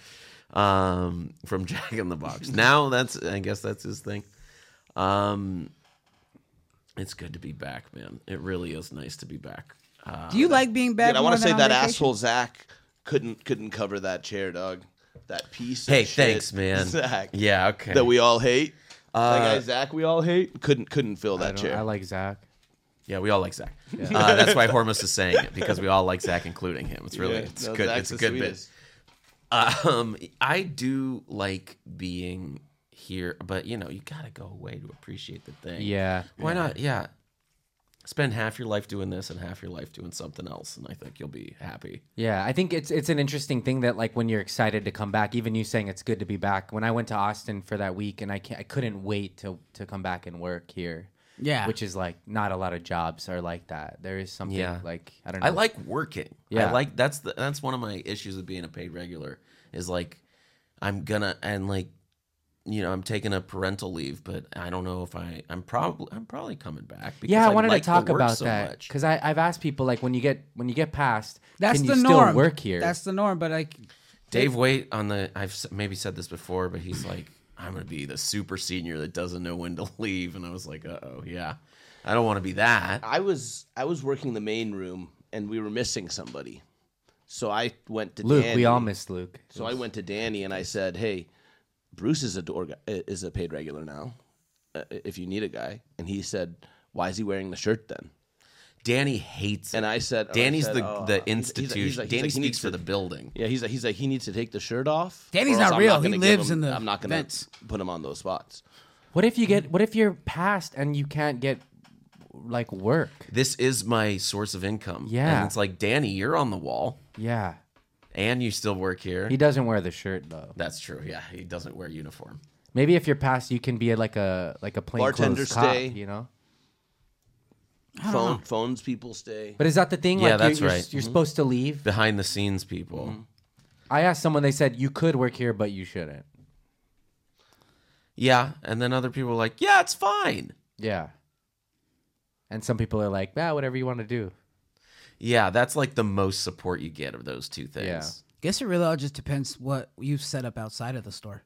[SPEAKER 1] Um, from Jack in the Box. Now that's I guess that's his thing. Um, it's good to be back, man. It really is nice to be back. Uh,
[SPEAKER 4] do you like being bad?
[SPEAKER 2] Dude, I
[SPEAKER 4] want to
[SPEAKER 2] say that asshole Zach couldn't couldn't cover that chair, dog. That piece.
[SPEAKER 1] hey,
[SPEAKER 2] of shit,
[SPEAKER 1] thanks, man.
[SPEAKER 2] Zach.
[SPEAKER 1] Yeah. Uh, Okay.
[SPEAKER 2] That we all hate. that guy Zach, we all hate. Couldn't couldn't fill
[SPEAKER 3] I,
[SPEAKER 2] that
[SPEAKER 3] don't,
[SPEAKER 2] chair.
[SPEAKER 3] I like Zach.
[SPEAKER 1] Yeah, we all like Zach. Uh, that's why Hormus is saying it because we all like Zach, including him. It's really
[SPEAKER 2] Yeah,
[SPEAKER 1] it's
[SPEAKER 2] no,
[SPEAKER 1] good.
[SPEAKER 2] Zach's
[SPEAKER 1] it's
[SPEAKER 2] the
[SPEAKER 1] a good
[SPEAKER 2] sweetest.
[SPEAKER 1] bit. Um, I do like being here, but you know, you gotta go away to appreciate the thing.
[SPEAKER 3] Yeah.
[SPEAKER 1] Why not? Yeah. Spend half your life doing this and half your life doing something else, and I think you'll be happy.
[SPEAKER 3] Yeah, I think it's it's an interesting thing that like when you're excited to come back, even you saying it's good to be back. When I went to Austin for that week, and I can't, I couldn't wait to to come back and work here.
[SPEAKER 4] Yeah.
[SPEAKER 3] which is like not a lot of jobs are like that. There is something
[SPEAKER 1] Yeah.
[SPEAKER 3] like I don't know.
[SPEAKER 1] I like working. I
[SPEAKER 3] Yeah.
[SPEAKER 1] like that's the that's one of my issues with being a paid regular is like I'm gonna and like you know I'm taking a parental leave, but I don't know if I I'm probably I'm probably coming back. Because
[SPEAKER 3] Yeah, I, wanted
[SPEAKER 1] like
[SPEAKER 3] to
[SPEAKER 1] the
[SPEAKER 3] talk
[SPEAKER 1] work
[SPEAKER 3] about
[SPEAKER 1] so
[SPEAKER 3] that
[SPEAKER 1] much.
[SPEAKER 3] because I've asked people like when you get when you get past,
[SPEAKER 4] That's
[SPEAKER 3] can
[SPEAKER 4] the
[SPEAKER 3] you
[SPEAKER 4] norm.
[SPEAKER 3] still work here?
[SPEAKER 4] That's the norm. But like,
[SPEAKER 1] Dave Wait on the I've s- maybe said this before, but he's like I'm gonna be the super senior that doesn't know when to leave, and I was like, uh oh, yeah, I don't want to be that.
[SPEAKER 2] I was I was working the main room and we were missing somebody. So I went to
[SPEAKER 3] Luke.
[SPEAKER 2] Danny.
[SPEAKER 3] We all miss Luke.
[SPEAKER 2] So I went to Danny and I said, "Hey, Bruce is a door guy, is a paid regular now. Uh, if you need a guy." And he said, "Why is he wearing the shirt then?"
[SPEAKER 1] Danny hates
[SPEAKER 2] And
[SPEAKER 1] it.
[SPEAKER 2] I said, and I
[SPEAKER 1] Danny's
[SPEAKER 2] said,
[SPEAKER 1] the
[SPEAKER 2] "Oh, he's- he's
[SPEAKER 1] the
[SPEAKER 2] like- he's like-
[SPEAKER 1] institution.
[SPEAKER 2] he's like,
[SPEAKER 1] Danny
[SPEAKER 2] he
[SPEAKER 1] speaks
[SPEAKER 2] needs
[SPEAKER 1] for the
[SPEAKER 2] to-
[SPEAKER 1] building.
[SPEAKER 2] Yeah, he's like he's like he needs to take the shirt off.
[SPEAKER 4] Danny's
[SPEAKER 2] or else
[SPEAKER 4] not
[SPEAKER 2] I'm
[SPEAKER 4] real.
[SPEAKER 2] gonna
[SPEAKER 4] He
[SPEAKER 2] give
[SPEAKER 4] lives
[SPEAKER 2] him-
[SPEAKER 4] in the
[SPEAKER 2] I'm not gonna
[SPEAKER 4] vents.
[SPEAKER 2] put him on those spots.
[SPEAKER 3] What if you get? What if you're past and you can't get like work?
[SPEAKER 1] this is my source of income.
[SPEAKER 3] Yeah.
[SPEAKER 1] And it's like, Danny, you're on the wall
[SPEAKER 3] Yeah,
[SPEAKER 1] and you still work here.
[SPEAKER 3] he doesn't wear the shirt though.
[SPEAKER 1] That's true. Yeah. He doesn't wear uniform.
[SPEAKER 3] Maybe if you're past, you can be like a like a plain
[SPEAKER 2] Bartender
[SPEAKER 3] clothes cop,
[SPEAKER 2] stay.
[SPEAKER 3] you know.
[SPEAKER 2] Phone phones people stay.
[SPEAKER 3] But is that the thing?
[SPEAKER 1] Yeah,
[SPEAKER 3] like
[SPEAKER 1] that's
[SPEAKER 3] you're, you're,
[SPEAKER 1] right.
[SPEAKER 3] You're supposed to leave.
[SPEAKER 1] Behind the scenes people.
[SPEAKER 2] Mm-hmm.
[SPEAKER 3] I asked someone. They said you could work here, but you shouldn't.
[SPEAKER 1] Yeah. And then other people are like, yeah, it's fine.
[SPEAKER 3] Yeah. And some people are like, yeah, whatever you want to do.
[SPEAKER 1] Yeah. That's like the most support you get of those two things.
[SPEAKER 4] guess it really all just depends what you set up outside of the store.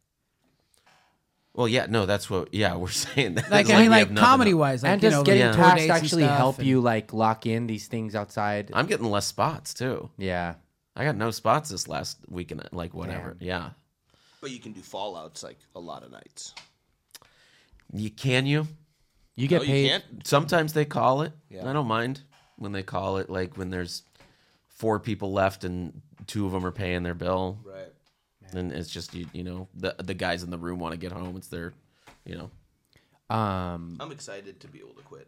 [SPEAKER 1] Well, yeah. No, that's what, yeah, we're saying that.
[SPEAKER 4] Like
[SPEAKER 1] It's
[SPEAKER 4] I mean,
[SPEAKER 1] we have
[SPEAKER 4] like
[SPEAKER 1] nothing-
[SPEAKER 4] comedy wise, like,
[SPEAKER 3] and
[SPEAKER 4] you
[SPEAKER 3] does
[SPEAKER 4] know,
[SPEAKER 3] getting
[SPEAKER 4] like, tour
[SPEAKER 3] past
[SPEAKER 4] dates and
[SPEAKER 3] actually
[SPEAKER 4] stuff
[SPEAKER 3] help
[SPEAKER 4] and-
[SPEAKER 3] you like lock in these things outside?
[SPEAKER 1] I'm getting less spots too.
[SPEAKER 3] yeah.
[SPEAKER 1] I got no spots this last weekend. Like, whatever. Yeah.
[SPEAKER 2] But you can do fallouts like a lot of nights.
[SPEAKER 1] You can you?
[SPEAKER 3] You get
[SPEAKER 2] No,
[SPEAKER 3] paid.
[SPEAKER 2] you can't.
[SPEAKER 1] Sometimes they call it.
[SPEAKER 2] Yeah.
[SPEAKER 1] I don't mind when they call it, like when there's four people left and two of them are paying their bill,
[SPEAKER 2] Right.
[SPEAKER 1] and it's just you, you know the the guys in the room want to get home. It's their, you know,
[SPEAKER 3] Um,
[SPEAKER 2] I'm excited to be able to quit.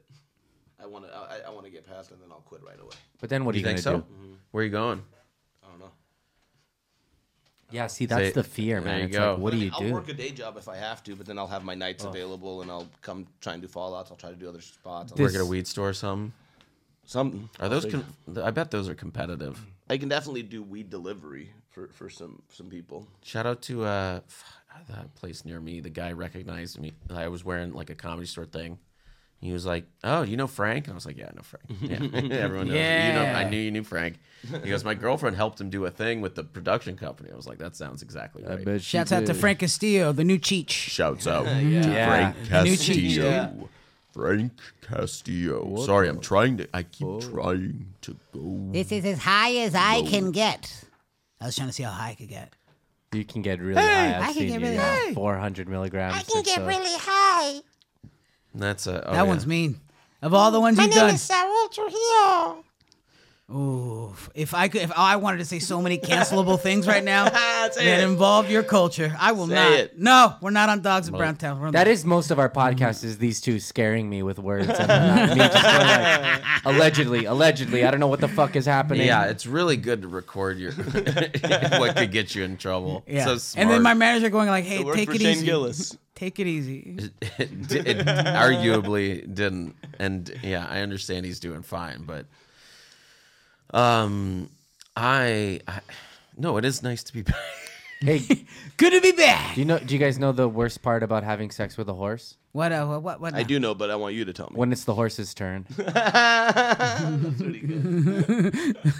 [SPEAKER 2] I want to. I, I want to get past, and then I'll quit right away.
[SPEAKER 3] but then what
[SPEAKER 1] do
[SPEAKER 3] are
[SPEAKER 1] you
[SPEAKER 3] you
[SPEAKER 1] think
[SPEAKER 3] gonna
[SPEAKER 1] so?
[SPEAKER 3] do?
[SPEAKER 1] Where are you going?
[SPEAKER 2] I don't know.
[SPEAKER 3] Yeah. See, that's
[SPEAKER 1] Say-
[SPEAKER 3] the fear,
[SPEAKER 1] there
[SPEAKER 3] man.
[SPEAKER 1] you
[SPEAKER 3] It's
[SPEAKER 1] go.
[SPEAKER 3] like, what do you
[SPEAKER 2] I'll
[SPEAKER 3] do?
[SPEAKER 2] work a day job if I have to, but then I'll have my nights available, and I'll come try and do fallouts. I'll try to do other spots. I'll
[SPEAKER 3] This-
[SPEAKER 1] Work at a weed store or something?
[SPEAKER 2] something.
[SPEAKER 1] Are those? Com- I bet those are competitive.
[SPEAKER 2] I can definitely do weed delivery for, for some some people.
[SPEAKER 1] Shout out to uh, f- that place near me. The guy recognized me. I was wearing like a comedy store thing. He was like, "Oh, you know Frank?" And I was like, "Yeah, I know Frank. Yeah, everyone knows. You know, I
[SPEAKER 4] Yeah.
[SPEAKER 1] knew you knew Frank." He goes, "My girlfriend helped him do a thing with the production company." I was like, "That sounds exactly right."
[SPEAKER 4] Shouts out to Frank Castillo, the new Cheech.
[SPEAKER 1] Shouts out to
[SPEAKER 3] Yeah.
[SPEAKER 1] Frank
[SPEAKER 4] The new cheat
[SPEAKER 1] Castillo. Frank Castillo. Sorry, I'm trying to. I keep trying to go.
[SPEAKER 6] This is as high as I can get.
[SPEAKER 4] I was trying to see how high I could get.
[SPEAKER 3] You can get really high. I've
[SPEAKER 6] I can
[SPEAKER 3] seen
[SPEAKER 6] get
[SPEAKER 3] you.
[SPEAKER 6] really
[SPEAKER 3] yeah,
[SPEAKER 6] high.
[SPEAKER 3] 400 milligrams.
[SPEAKER 6] I can
[SPEAKER 3] That's
[SPEAKER 6] get
[SPEAKER 3] a-
[SPEAKER 6] really high.
[SPEAKER 1] That's a oh, yeah.
[SPEAKER 4] That one's mean. Of all the ones
[SPEAKER 6] My
[SPEAKER 4] you've
[SPEAKER 6] name
[SPEAKER 4] done,
[SPEAKER 6] is Saul Trujillo.
[SPEAKER 4] Oof. If I could, if I wanted to say so many cancelable things right now that involve your culture, I will
[SPEAKER 2] Say
[SPEAKER 4] not.
[SPEAKER 2] it.
[SPEAKER 4] No, we're not on Dogs of Brown Town. We're on
[SPEAKER 3] That
[SPEAKER 4] the-
[SPEAKER 3] is most of our podcast is these two scaring me with words. and, uh, me just going like, allegedly, allegedly. I don't know what the fuck is happening.
[SPEAKER 1] Yeah, it's really good to record your what could get you in trouble.
[SPEAKER 4] Yeah.
[SPEAKER 1] So smart.
[SPEAKER 4] and then my manager going like, "Hey,
[SPEAKER 2] It worked
[SPEAKER 4] take
[SPEAKER 2] for
[SPEAKER 4] it
[SPEAKER 2] Shane
[SPEAKER 4] easy.
[SPEAKER 2] Gillis.
[SPEAKER 4] Take it easy."
[SPEAKER 1] it, di- it arguably didn't, and yeah, I understand he's doing fine, but um, I, I no, it is nice to be back.
[SPEAKER 3] Hey, do
[SPEAKER 4] Good to be back.
[SPEAKER 3] you know? Do you guys know the worst part about having sex with a horse?
[SPEAKER 4] What? Uh, what? What? what
[SPEAKER 2] I do know, but I want you to tell me.
[SPEAKER 3] When it's the horse's turn.
[SPEAKER 2] That's pretty good.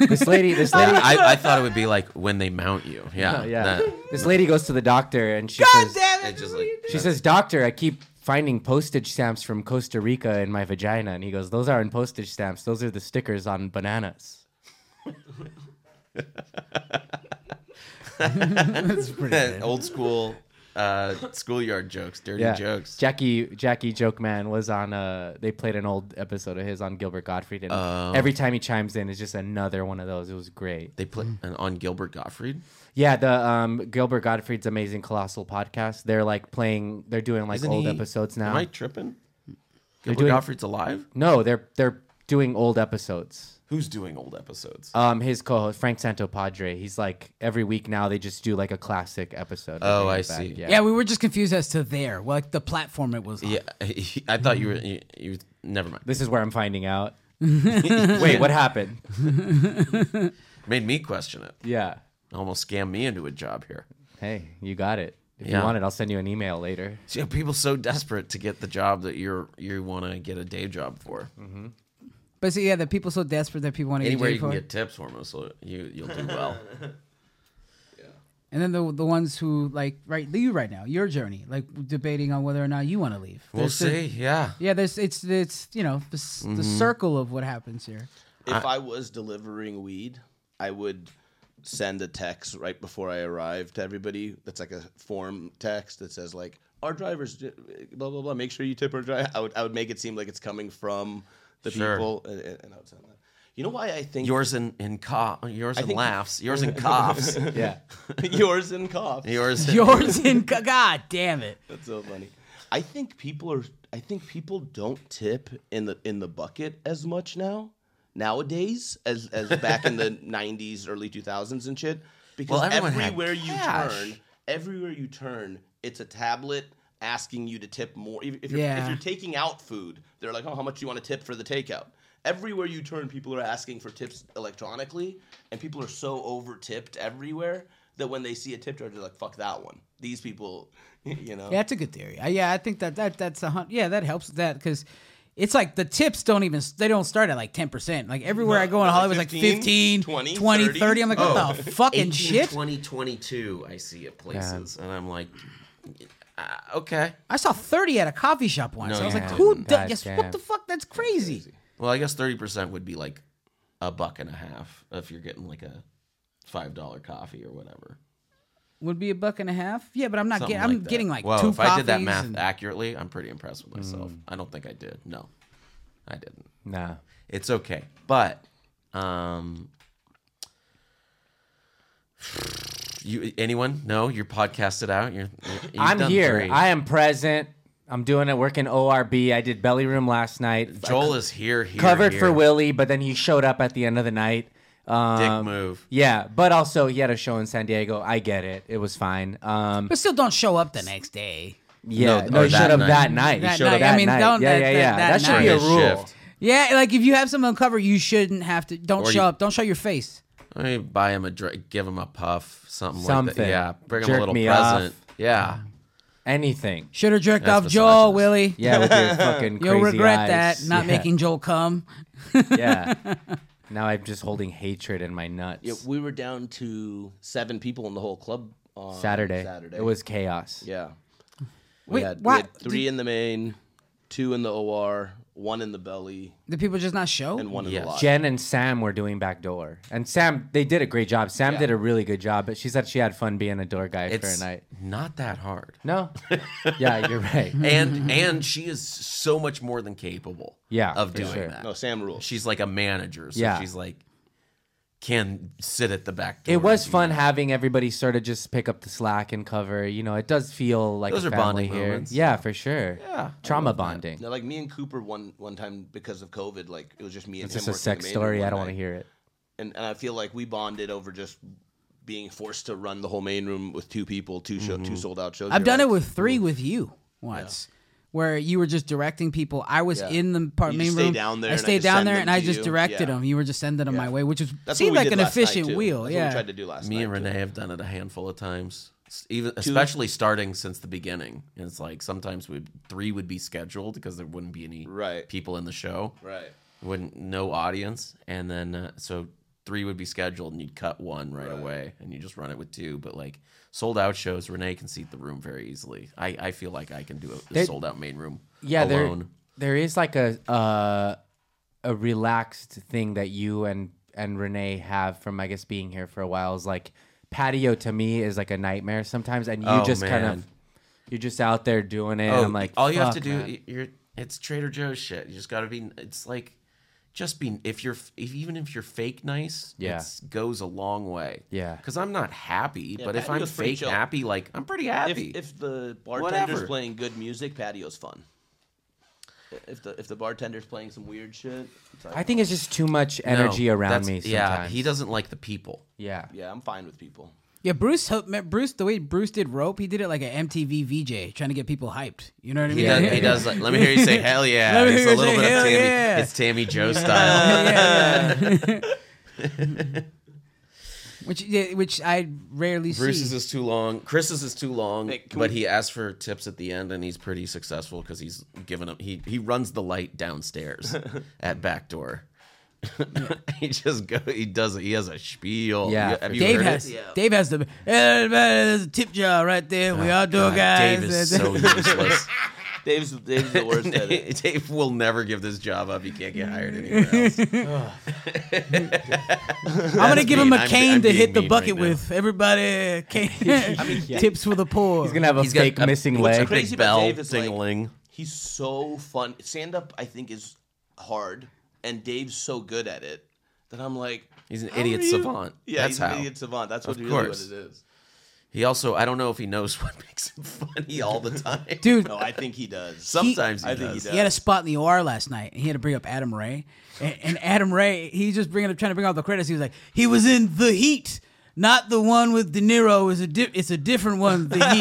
[SPEAKER 3] This lady, this lady,
[SPEAKER 1] Yeah, I, I thought it would be like when they mount you. Yeah,
[SPEAKER 3] Oh, yeah.
[SPEAKER 1] that-
[SPEAKER 3] This lady goes to the doctor and she
[SPEAKER 4] God
[SPEAKER 3] says,
[SPEAKER 4] damn
[SPEAKER 1] it
[SPEAKER 4] it!
[SPEAKER 1] just like
[SPEAKER 3] She says, Doctor, I keep finding postage stamps from Costa Rica in my vagina. And he goes, Those aren't postage stamps. Those are the stickers on bananas.
[SPEAKER 1] that old school uh, schoolyard jokes, dirty jokes.
[SPEAKER 3] Jackie Jackie Joke Man was on uh they played an old episode of his on Gilbert Gottfried and
[SPEAKER 1] Oh.
[SPEAKER 3] every time he chimes in it's just another one of those. It was great.
[SPEAKER 1] They play and on Gilbert Gottfried.
[SPEAKER 3] Yeah, the um Gilbert Gottfried's amazing colossal podcast. They're like playing they're doing like
[SPEAKER 1] Isn't
[SPEAKER 3] old
[SPEAKER 1] he-
[SPEAKER 3] episodes now.
[SPEAKER 1] Am I tripping? Gilbert
[SPEAKER 3] doing-
[SPEAKER 1] Gottfried's alive.
[SPEAKER 3] No, they're they're doing old episodes.
[SPEAKER 1] Who's doing old episodes?
[SPEAKER 3] Um, his co-host Frank Santopadre. He's like every week now they just do like a classic episode. that
[SPEAKER 1] Oh,
[SPEAKER 3] they
[SPEAKER 1] I
[SPEAKER 3] get back.
[SPEAKER 1] see.
[SPEAKER 3] Yeah.
[SPEAKER 4] Yeah, we were just confused as to there, like the platform it was. On.
[SPEAKER 1] yeah, I thought you were. You, you never mind.
[SPEAKER 3] This is where I'm finding out. Wait, what happened?
[SPEAKER 1] Made me question it.
[SPEAKER 3] Yeah.
[SPEAKER 1] Almost scammed me into a job here.
[SPEAKER 3] Hey, you got it. If
[SPEAKER 1] Yeah.
[SPEAKER 3] you want it, I'll send you an email later.
[SPEAKER 1] See, people so desperate to get the job that you're you want to get a day job for.
[SPEAKER 4] But so, yeah, the people so desperate that people want to
[SPEAKER 1] Anywhere
[SPEAKER 4] get
[SPEAKER 1] you
[SPEAKER 4] paid for.
[SPEAKER 1] can
[SPEAKER 4] it.
[SPEAKER 1] get tips for them, so you you'll do well.
[SPEAKER 4] And then the the ones who like right you right now your journey like debating on whether or not you want to leave.
[SPEAKER 1] we'll
[SPEAKER 4] There's the-
[SPEAKER 1] see. Mm-hmm. Yeah.
[SPEAKER 4] yeah, there's it's it's you know the, s the circle of what happens here.
[SPEAKER 2] If I was delivering weed, I would send a text right before I arrive to everybody. That's like a form text that says like our drivers, j- blah blah blah. Make sure you tip our driver. I would I would make it seem like it's coming from the
[SPEAKER 1] Sure.
[SPEAKER 2] people, and, and and I would send that. You know why I think
[SPEAKER 1] Yours and and cough. Yours and
[SPEAKER 2] think-
[SPEAKER 1] laughs. Yours and coughs.
[SPEAKER 3] Yeah.
[SPEAKER 2] yours and cough.
[SPEAKER 1] Yours. And,
[SPEAKER 4] Yours in God damn it.
[SPEAKER 2] That's so funny. I think people are. I think people don't tip in the in the bucket as much now nowadays as as back in the '90s, early 2000s and shit. Because
[SPEAKER 1] Well, everyone had
[SPEAKER 2] everywhere you
[SPEAKER 1] cash.
[SPEAKER 2] turn, everywhere you turn, it's a tablet asking you to tip more. If, if, you're, if
[SPEAKER 4] Yeah.
[SPEAKER 2] you're taking out food, they're like, "Oh, how much do you want to tip for the takeout?" Everywhere you turn, people are asking for tips electronically, and people are so over tipped everywhere that when they see a tip jar, they're like, "Fuck that one." These people, you know.
[SPEAKER 4] Yeah, that's a good theory. I, yeah, I think that that that's a hun- yeah that helps with that because it's like the tips don't even they don't start at like ten percent. Like everywhere I go in
[SPEAKER 2] Like
[SPEAKER 4] Hollywood, it's
[SPEAKER 2] 15,
[SPEAKER 4] like 15,
[SPEAKER 2] 20,
[SPEAKER 4] 20, 30.
[SPEAKER 2] 30.
[SPEAKER 4] I'm like, what
[SPEAKER 3] Oh.
[SPEAKER 4] the fucking
[SPEAKER 1] 18,
[SPEAKER 4] shit?
[SPEAKER 1] 20, 22, I see at places, and I'm like, uh, okay.
[SPEAKER 4] I saw thirty at a coffee shop once.
[SPEAKER 1] No,
[SPEAKER 4] I was
[SPEAKER 1] you
[SPEAKER 4] like,
[SPEAKER 1] didn't.
[SPEAKER 4] who?
[SPEAKER 3] God
[SPEAKER 4] does? yes,
[SPEAKER 3] damn.
[SPEAKER 4] what the fuck? That's crazy.
[SPEAKER 1] Well, I guess thirty percent would be like a buck and a half if you're getting like a five dollar coffee or whatever.
[SPEAKER 4] Would be a buck and a half. Yeah, but I'm not
[SPEAKER 1] Something
[SPEAKER 4] getting. I'm
[SPEAKER 1] that.
[SPEAKER 4] getting like
[SPEAKER 1] Whoa,
[SPEAKER 4] two
[SPEAKER 1] if
[SPEAKER 4] coffees.
[SPEAKER 1] I did that math
[SPEAKER 4] and-
[SPEAKER 1] accurately, I'm pretty impressed with myself.
[SPEAKER 3] Mm.
[SPEAKER 1] I don't think I did. No, I didn't.
[SPEAKER 3] Nah.
[SPEAKER 1] It's okay, but um, you anyone? No, you're podcasted out. You're. you're you've
[SPEAKER 3] I'm
[SPEAKER 1] done
[SPEAKER 3] here.
[SPEAKER 1] three.
[SPEAKER 3] I am present. I'm doing it working ORB. I did belly room last night.
[SPEAKER 1] Joel is here. Here.
[SPEAKER 3] covered
[SPEAKER 1] here.
[SPEAKER 3] for Willie, but then he showed up at the end of the night. Um,
[SPEAKER 1] Dick move.
[SPEAKER 3] Yeah, but also he had a show in San Diego. I get it. It was fine. Um,
[SPEAKER 4] But still, don't show up the next day.
[SPEAKER 3] yeah,
[SPEAKER 1] No,
[SPEAKER 3] no,
[SPEAKER 1] or
[SPEAKER 3] he
[SPEAKER 1] that
[SPEAKER 3] showed up
[SPEAKER 1] night.
[SPEAKER 3] that night.
[SPEAKER 4] That
[SPEAKER 3] he showed
[SPEAKER 4] night.
[SPEAKER 3] up that
[SPEAKER 4] I mean,
[SPEAKER 3] night.
[SPEAKER 4] don't-
[SPEAKER 3] yeah,
[SPEAKER 4] that-
[SPEAKER 3] yeah,
[SPEAKER 4] that-
[SPEAKER 3] yeah.
[SPEAKER 4] that
[SPEAKER 3] That, should
[SPEAKER 4] night.
[SPEAKER 3] be a
[SPEAKER 1] His
[SPEAKER 3] rule.
[SPEAKER 1] shift.
[SPEAKER 4] Yeah, like if you have someone cover, you shouldn't have to. Don't
[SPEAKER 1] Or
[SPEAKER 4] show
[SPEAKER 1] you-
[SPEAKER 4] up. Don't show your face.
[SPEAKER 1] I mean, buy him a drink, give him a puff, something, like that.
[SPEAKER 3] Something.
[SPEAKER 1] Yeah, bring him a
[SPEAKER 3] Jerk
[SPEAKER 1] little
[SPEAKER 3] me
[SPEAKER 1] present.
[SPEAKER 3] off.
[SPEAKER 1] Yeah,
[SPEAKER 3] Anything.
[SPEAKER 4] Should have jerked
[SPEAKER 1] That's
[SPEAKER 4] off Joel,
[SPEAKER 1] misogynist.
[SPEAKER 4] Willie.
[SPEAKER 3] Yeah, with your fucking crazy
[SPEAKER 4] You'll regret
[SPEAKER 3] eyes.
[SPEAKER 4] that not
[SPEAKER 3] Yeah,
[SPEAKER 4] making Joel come.
[SPEAKER 3] Yeah. now I'm just holding hatred in my nuts.
[SPEAKER 2] Yeah, we were down to seven people in the whole club on
[SPEAKER 3] Saturday.
[SPEAKER 2] Saturday.
[SPEAKER 3] It was chaos.
[SPEAKER 2] yeah. We,
[SPEAKER 4] Wait,
[SPEAKER 2] had, we
[SPEAKER 4] why-
[SPEAKER 2] had three in the main, two in the OR, one in the belly,
[SPEAKER 4] The people just not show.
[SPEAKER 2] and one in
[SPEAKER 1] Yes.
[SPEAKER 2] the lodge.
[SPEAKER 3] Jen and Sam were doing backdoor, and Sam they did a great job. Sam
[SPEAKER 2] Yeah.
[SPEAKER 3] did a really good job, but she said she had fun being a door guy for a night.
[SPEAKER 1] not that hard.
[SPEAKER 3] No, yeah, you're right.
[SPEAKER 1] And and she is so much more than capable
[SPEAKER 3] Mm-hmm. Yeah,
[SPEAKER 1] of
[SPEAKER 3] for
[SPEAKER 1] doing
[SPEAKER 3] sure.
[SPEAKER 1] that.
[SPEAKER 2] no, Sam rules.
[SPEAKER 1] She's like a manager, so
[SPEAKER 3] Yeah.
[SPEAKER 1] she's like can sit at the back door.
[SPEAKER 3] It was
[SPEAKER 1] and do
[SPEAKER 3] fun
[SPEAKER 1] that.
[SPEAKER 3] having everybody sort of just pick up the slack and cover. You know, it does feel like
[SPEAKER 1] Those
[SPEAKER 3] a
[SPEAKER 1] are
[SPEAKER 3] family
[SPEAKER 1] bonding
[SPEAKER 3] here.
[SPEAKER 1] moments.
[SPEAKER 3] Yeah, for sure. Yeah, trauma bonding.
[SPEAKER 2] Now, like me and Cooper one one time because of COVID, like it was just me and
[SPEAKER 3] It's
[SPEAKER 2] him.
[SPEAKER 3] just a
[SPEAKER 2] working the
[SPEAKER 3] sex
[SPEAKER 2] menu
[SPEAKER 3] story.
[SPEAKER 2] one
[SPEAKER 3] I don't
[SPEAKER 2] night.
[SPEAKER 3] want to hear it.
[SPEAKER 2] And, and I feel like we bonded over just being forced to run the whole main room with two people, two show, two sold out shows.
[SPEAKER 4] I've
[SPEAKER 2] You're
[SPEAKER 4] done
[SPEAKER 2] like,
[SPEAKER 4] it with three with you once, where you were just directing people. I was
[SPEAKER 2] Yeah.
[SPEAKER 4] in the part
[SPEAKER 2] You
[SPEAKER 4] main
[SPEAKER 2] just stay
[SPEAKER 4] room.
[SPEAKER 2] down there
[SPEAKER 4] I
[SPEAKER 2] and I
[SPEAKER 4] stayed
[SPEAKER 2] just
[SPEAKER 4] down
[SPEAKER 2] send
[SPEAKER 4] there
[SPEAKER 2] them
[SPEAKER 4] and I
[SPEAKER 2] to
[SPEAKER 4] just
[SPEAKER 2] you.
[SPEAKER 4] directed
[SPEAKER 2] Yeah.
[SPEAKER 4] them. You were just sending them my way, which was
[SPEAKER 2] That's what
[SPEAKER 4] seemed
[SPEAKER 2] we
[SPEAKER 4] like
[SPEAKER 2] did
[SPEAKER 4] an
[SPEAKER 2] last night,
[SPEAKER 4] efficient
[SPEAKER 2] too.
[SPEAKER 4] wheel.
[SPEAKER 2] That's
[SPEAKER 4] yeah,
[SPEAKER 2] what we tried to do last
[SPEAKER 1] me
[SPEAKER 2] night.
[SPEAKER 1] and
[SPEAKER 2] too.
[SPEAKER 1] Renee have done it a handful of times. S- Even especially starting since the beginning. And it's like sometimes we three would be scheduled because there wouldn't be any
[SPEAKER 2] Right.
[SPEAKER 1] people in the show.
[SPEAKER 2] Right.
[SPEAKER 1] wouldn't no audience and then uh, so three would be scheduled and you'd cut one right, away and you just run it with two but like sold out shows renee can seat the room very easily i, I feel like i can do a,
[SPEAKER 3] They-
[SPEAKER 1] sold out main room
[SPEAKER 3] Yeah,
[SPEAKER 1] alone
[SPEAKER 3] there there is like a uh, a relaxed thing that you and and Renee have from I guess being here for a while is like patio to me is like a nightmare sometimes, and you
[SPEAKER 1] Oh,
[SPEAKER 3] just kind
[SPEAKER 1] man. Oh,
[SPEAKER 3] of you're just out there doing it. and I'm like,
[SPEAKER 1] all you have to
[SPEAKER 3] "Fuck,
[SPEAKER 1] do
[SPEAKER 3] man."
[SPEAKER 1] y- you're it's trader joe's shit you just gotta be it's like just be if you're if, even if you're fake nice
[SPEAKER 3] Yeah.
[SPEAKER 1] it goes a long way
[SPEAKER 3] Yeah.
[SPEAKER 1] because i'm not happy but if i'm
[SPEAKER 2] patio's pretty
[SPEAKER 1] fake
[SPEAKER 2] chill.
[SPEAKER 1] happy like i'm pretty happy
[SPEAKER 2] If, if the bartender's
[SPEAKER 1] Whatever.
[SPEAKER 2] playing good music, patio's fun. If the if the bartender's playing some weird shit, it's like,
[SPEAKER 3] I think it's just too much
[SPEAKER 1] No,
[SPEAKER 3] energy around
[SPEAKER 1] that's-
[SPEAKER 3] me. Sometimes.
[SPEAKER 1] yeah he doesn't like the people
[SPEAKER 3] Yeah.
[SPEAKER 2] yeah, I'm fine with people.
[SPEAKER 4] yeah. Bruce, helped- me- Bruce, the way Bruce did rope, he did it like an MTV VJ, trying to get people hyped. You know what I
[SPEAKER 1] He
[SPEAKER 4] mean?
[SPEAKER 1] does. He does like, let me hear you say hell yeah.
[SPEAKER 4] Let me
[SPEAKER 1] It's
[SPEAKER 4] hear
[SPEAKER 1] a
[SPEAKER 4] you
[SPEAKER 1] little
[SPEAKER 4] say,
[SPEAKER 1] bit of
[SPEAKER 4] "Hell
[SPEAKER 1] Tammy.
[SPEAKER 4] yeah."
[SPEAKER 1] It's Tammy Joe style.
[SPEAKER 4] Yeah, yeah. which, yeah, which I rarely
[SPEAKER 1] Bruce's
[SPEAKER 4] see.
[SPEAKER 1] is too long. Chris's is too long,
[SPEAKER 2] Hey, can
[SPEAKER 1] but
[SPEAKER 2] we-
[SPEAKER 1] he asks for tips at the end, and he's pretty successful because he's given up. He he runs the light downstairs at back door. he just go. He does. He has a spiel.
[SPEAKER 3] Yeah,
[SPEAKER 1] You-
[SPEAKER 3] for
[SPEAKER 1] have you
[SPEAKER 4] Dave
[SPEAKER 1] heard
[SPEAKER 4] has,
[SPEAKER 1] it?
[SPEAKER 4] Dave has the "Everybody, there's a tip jar right there. we
[SPEAKER 2] Oh,
[SPEAKER 4] all do it,
[SPEAKER 1] God,
[SPEAKER 4] guys.
[SPEAKER 1] Dave is so useless.
[SPEAKER 2] Dave's Dave's the worst at it.
[SPEAKER 1] Dave will never give this job up. He can't get hired anywhere else.
[SPEAKER 4] I'm gonna give him
[SPEAKER 1] mean.
[SPEAKER 4] a
[SPEAKER 1] I'm-
[SPEAKER 4] cane
[SPEAKER 1] I'm
[SPEAKER 4] to
[SPEAKER 1] being
[SPEAKER 4] hit the
[SPEAKER 1] mean
[SPEAKER 4] bucket
[SPEAKER 1] right now.
[SPEAKER 4] with. Everybody, cane. tips for the poor.
[SPEAKER 3] He's gonna have a
[SPEAKER 1] He's got
[SPEAKER 3] fake
[SPEAKER 1] a-
[SPEAKER 3] missing
[SPEAKER 1] what's
[SPEAKER 3] leg.
[SPEAKER 1] Big
[SPEAKER 2] Crazy about
[SPEAKER 1] bell,
[SPEAKER 2] Dave is, like,
[SPEAKER 1] ding-a-ling.
[SPEAKER 2] He's so fun. Stand up, I think, is hard, and Dave's so good at it that I'm like,
[SPEAKER 1] He's an
[SPEAKER 2] how
[SPEAKER 1] idiot
[SPEAKER 2] are you-
[SPEAKER 1] savant.
[SPEAKER 2] Yeah,
[SPEAKER 1] That's
[SPEAKER 2] he's an
[SPEAKER 1] how.
[SPEAKER 2] idiot savant. That's what
[SPEAKER 1] Of
[SPEAKER 2] really what
[SPEAKER 1] course.
[SPEAKER 2] it is.
[SPEAKER 1] He also, I don't know if he knows what makes him funny all the time.
[SPEAKER 4] Dude,
[SPEAKER 2] No, I think he does.
[SPEAKER 1] Sometimes he,
[SPEAKER 2] I
[SPEAKER 1] does.
[SPEAKER 2] think he does.
[SPEAKER 4] he had a spot in the OR last night, and he had to bring up Adam Ray. And, and Adam Ray, he's just bringing up, trying to bring up the credits. He was like, he was in The Heat, not the one with De Niro. Is a di- it's a different one. The Heat,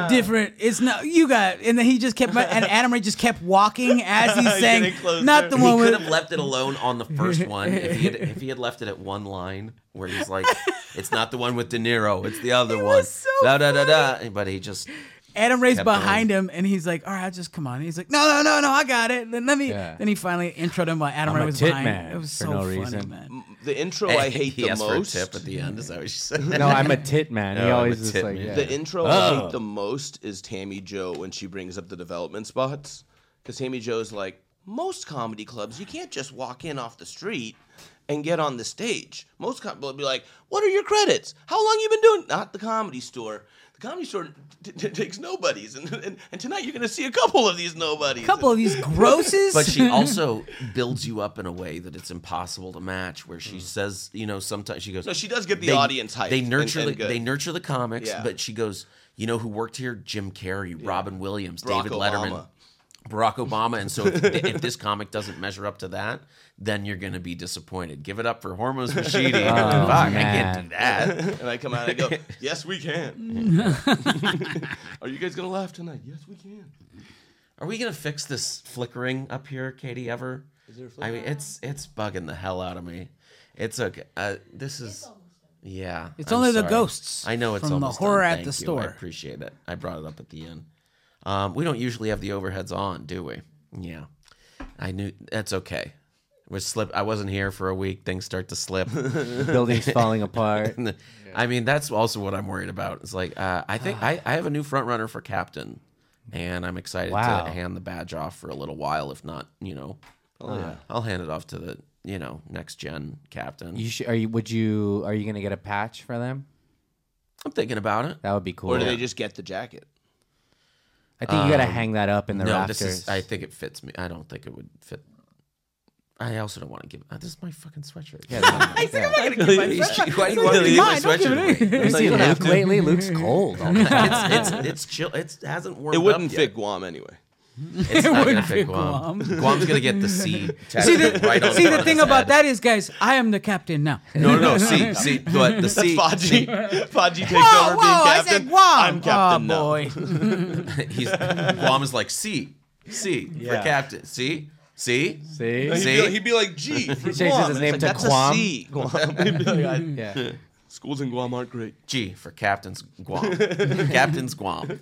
[SPEAKER 4] the different. It's not you got. And then he just kept, and Adam Ray just kept walking as he's saying,
[SPEAKER 2] Getting closer.
[SPEAKER 4] not the
[SPEAKER 1] He
[SPEAKER 4] one
[SPEAKER 1] could
[SPEAKER 4] with.
[SPEAKER 1] have left it alone on the first one if he, had, if he had left it at one line where he's like, "It's not the one with De Niro, it's the other one."
[SPEAKER 4] was so
[SPEAKER 1] da da da da. But he just
[SPEAKER 4] Adam Ray's
[SPEAKER 1] Kept going.
[SPEAKER 4] behind him, and he's like, "All right, I'll just come on." He's like, "No, no, no, no, I got it." Then let me.
[SPEAKER 3] Yeah.
[SPEAKER 4] Then he finally introed him while Adam
[SPEAKER 3] I'm
[SPEAKER 4] Ray
[SPEAKER 3] a
[SPEAKER 4] was
[SPEAKER 3] tit
[SPEAKER 4] behind.
[SPEAKER 3] man
[SPEAKER 4] it was
[SPEAKER 3] for
[SPEAKER 4] so
[SPEAKER 3] no
[SPEAKER 4] funny,
[SPEAKER 3] reason.
[SPEAKER 4] man.
[SPEAKER 2] the intro I hate
[SPEAKER 1] he
[SPEAKER 2] the
[SPEAKER 1] asked
[SPEAKER 2] most.
[SPEAKER 1] for a tip at the end. Is that what you said?
[SPEAKER 3] No, I'm a tit man. he
[SPEAKER 1] I'm a
[SPEAKER 3] always is
[SPEAKER 1] tit
[SPEAKER 3] like,
[SPEAKER 1] man.
[SPEAKER 3] yeah.
[SPEAKER 2] The intro I hate the most is Tammy Joe when she brings up the development spots. Because Tammy Joe's like, most comedy clubs, you can't just walk in off the street and get on the stage. Most com- will be like, what are your credits? How long you been doing? Not the comedy store. The comedy store t- t- takes nobodies. And, and, and tonight you're going to see a couple of these nobodies.
[SPEAKER 4] A couple of these grosses.
[SPEAKER 1] But she also builds you up in a way that it's impossible to match. Where she says, you know, sometimes she goes,
[SPEAKER 2] Mm. No, she does get the audience hyped
[SPEAKER 1] They
[SPEAKER 2] and-
[SPEAKER 1] nurture
[SPEAKER 2] and
[SPEAKER 1] the
[SPEAKER 2] good.
[SPEAKER 1] they nurture the comics,
[SPEAKER 2] Yeah.
[SPEAKER 1] but she goes, you know, who worked here? Jim Carrey, Robin Williams,
[SPEAKER 2] Barack
[SPEAKER 1] David Letterman,
[SPEAKER 2] Obama.
[SPEAKER 1] Barack Obama. And so, if, if this comic doesn't measure up to that, then you're going to be disappointed. Give it up for Hormoz Machidi. Fuck, I can't do that.
[SPEAKER 2] and I come out and I go, yes, we can. are you guys going to laugh tonight? Yes, we can.
[SPEAKER 1] Are we going to fix this flickering up here, Katie? Ever? Is there I mean, it's it's bugging the hell out of me. It's okay. Uh, this is. Yeah,
[SPEAKER 4] It's only the ghosts
[SPEAKER 1] I know it's
[SPEAKER 4] from the
[SPEAKER 1] almost
[SPEAKER 4] horror
[SPEAKER 1] done.
[SPEAKER 4] at
[SPEAKER 1] Thank
[SPEAKER 4] the
[SPEAKER 1] you.
[SPEAKER 4] store.
[SPEAKER 1] I appreciate it. I brought it up at the end. Um, we don't usually have the overheads on, do we? Yeah, I knew that's okay. We slip. I wasn't here for a week. Things start to slip.
[SPEAKER 3] buildings falling apart.
[SPEAKER 1] And the- I mean, that's also what I'm worried about. It's like uh, I think I, I have a new front runner for captain and I'm excited
[SPEAKER 3] Wow.
[SPEAKER 1] to hand the badge off for a little while. If not, you know, uh,
[SPEAKER 2] Oh, yeah.
[SPEAKER 1] I'll hand it off to the you know next gen captain.
[SPEAKER 3] You should. Are you? Would you? Are you gonna get a patch for them?
[SPEAKER 1] I'm thinking about it.
[SPEAKER 3] That would be cool.
[SPEAKER 2] Or do they just get the jacket?
[SPEAKER 3] I think you gotta hang that up in the
[SPEAKER 1] Um, no,
[SPEAKER 3] rafters.
[SPEAKER 1] this is. I think it fits me. I don't think it would fit. I also don't want to give. uh, this is my fucking sweatshirt.
[SPEAKER 3] Yeah, yeah.
[SPEAKER 2] Why do you
[SPEAKER 1] Why do you want me to give my sweatshirt? away?
[SPEAKER 3] You see
[SPEAKER 1] don't have
[SPEAKER 3] Luke lately? Luke's cold.
[SPEAKER 1] it's it's it's chill. It's hasn't warmed
[SPEAKER 2] It wouldn't
[SPEAKER 1] up
[SPEAKER 2] fit Guam anyway.
[SPEAKER 1] Yet. It's not gonna
[SPEAKER 4] wouldn't
[SPEAKER 1] fit
[SPEAKER 4] fit
[SPEAKER 1] Guam.
[SPEAKER 4] Guam.
[SPEAKER 1] Guam's gonna get the C.
[SPEAKER 4] See the,
[SPEAKER 1] right on
[SPEAKER 4] see the
[SPEAKER 1] front of
[SPEAKER 4] thing
[SPEAKER 1] his
[SPEAKER 4] about
[SPEAKER 1] head.
[SPEAKER 4] that is, guys, I am the captain now.
[SPEAKER 1] No, no, no. C, C. But the C.
[SPEAKER 2] Faji. Faji takes
[SPEAKER 4] Whoa,
[SPEAKER 2] over
[SPEAKER 4] whoa,
[SPEAKER 2] being
[SPEAKER 4] I
[SPEAKER 2] captain.
[SPEAKER 4] said wow.
[SPEAKER 2] I'm captain
[SPEAKER 4] oh,
[SPEAKER 2] now.
[SPEAKER 4] boy.
[SPEAKER 1] He's Guam is like C, C for
[SPEAKER 3] Yeah.
[SPEAKER 1] captain. C, C.
[SPEAKER 3] See?
[SPEAKER 2] He'd
[SPEAKER 1] See?
[SPEAKER 2] be, he'd be like, G. for
[SPEAKER 3] changes
[SPEAKER 2] Guam.
[SPEAKER 3] his
[SPEAKER 2] And it's
[SPEAKER 3] name
[SPEAKER 2] like,
[SPEAKER 3] to
[SPEAKER 2] That's
[SPEAKER 3] Guam.
[SPEAKER 2] A C. Guam. He'd be like, I-
[SPEAKER 3] Yeah.
[SPEAKER 2] Schools in Guam aren't great.
[SPEAKER 1] G for Captain's Guam. Captain's Guam.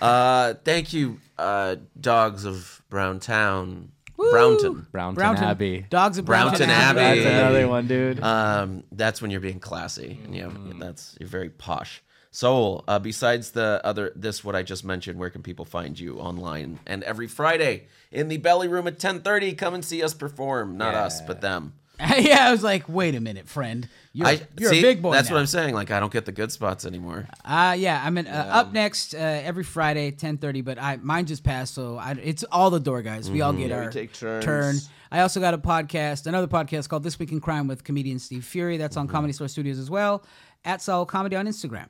[SPEAKER 1] Uh, thank you, uh, dogs of Brown Town, Brownton.
[SPEAKER 3] Brownton,
[SPEAKER 4] Brownton
[SPEAKER 3] Abbey.
[SPEAKER 4] Dogs of Brownton,
[SPEAKER 1] Brownton Abbey.
[SPEAKER 3] That's
[SPEAKER 1] Yeah.
[SPEAKER 3] another one, dude.
[SPEAKER 1] Um, that's when you're being classy, and you have, that's you're very posh. Soul. Uh, besides the other, this what I just mentioned. Where can people find you online? And every Friday in the Belly Room at 10:30, come and see us perform. Not us, but them.
[SPEAKER 4] yeah, I was like, wait a minute, friend. You're,
[SPEAKER 1] I
[SPEAKER 4] you're
[SPEAKER 1] see,
[SPEAKER 4] a big boy.
[SPEAKER 1] That's
[SPEAKER 4] now.
[SPEAKER 1] what I'm saying. Like I don't get the good spots anymore.
[SPEAKER 4] Uh, yeah, I'm in, uh,
[SPEAKER 2] Um,
[SPEAKER 4] up next uh, every Friday, ten thirty. But I mine just passed, so I, it's all the door guys. We all get
[SPEAKER 2] Mm-hmm. we
[SPEAKER 4] our
[SPEAKER 2] take turns.
[SPEAKER 4] turn. I also got a podcast, another podcast called This Week in Crime with comedian Steve Fury. That's on
[SPEAKER 2] Mm-hmm.
[SPEAKER 4] Comedy Store Studios as well. At Soul Comedy on Instagram.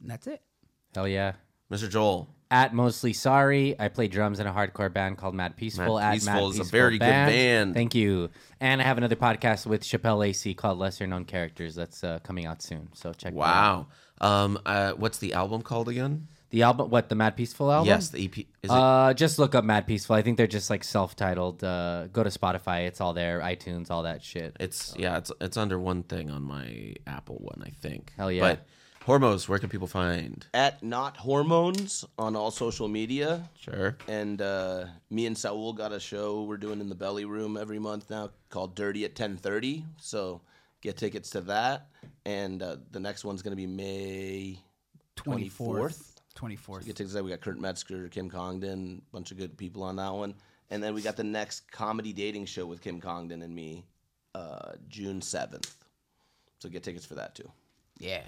[SPEAKER 4] And that's it.
[SPEAKER 3] Hell yeah.
[SPEAKER 1] Mr. Joel,
[SPEAKER 3] At Mostly Sorry, I play drums in a hardcore band called Mad Peaceful.
[SPEAKER 1] Mad
[SPEAKER 3] at
[SPEAKER 1] Peaceful is
[SPEAKER 3] Mad
[SPEAKER 1] a very good band.
[SPEAKER 3] Thank you. And I have another podcast with Chappelle AC called Lesser Known Characters that's uh, coming out soon. So check that
[SPEAKER 1] wow.
[SPEAKER 3] out.
[SPEAKER 1] Um, uh, what's the album called again?
[SPEAKER 3] The album, what, the Mad Peaceful album?
[SPEAKER 1] Yes, the EP. Is it?
[SPEAKER 3] Uh, just look up Mad Peaceful. I think they're just like self-titled. Uh, go to Spotify. It's all there. iTunes, all that shit.
[SPEAKER 1] it's yeah. It's it's under one thing on my Apple one, I think.
[SPEAKER 3] Hell yeah.
[SPEAKER 1] But Hormos, where can people find?
[SPEAKER 2] At Not Hormones on all social media.
[SPEAKER 1] Sure.
[SPEAKER 2] And uh, me and Saul got a show we're doing in the belly room every month now called Dirty at 1030. So get tickets to that. And uh, the next one's going to be May 24th.
[SPEAKER 4] 24th. 24th.
[SPEAKER 2] Get tickets to that. We got Kurt Metzger, Kim Congdon, a bunch of good people on that one. And then we got the next comedy dating show with Kim Congdon and me uh, June 7th. So get tickets for that too.
[SPEAKER 4] Yeah.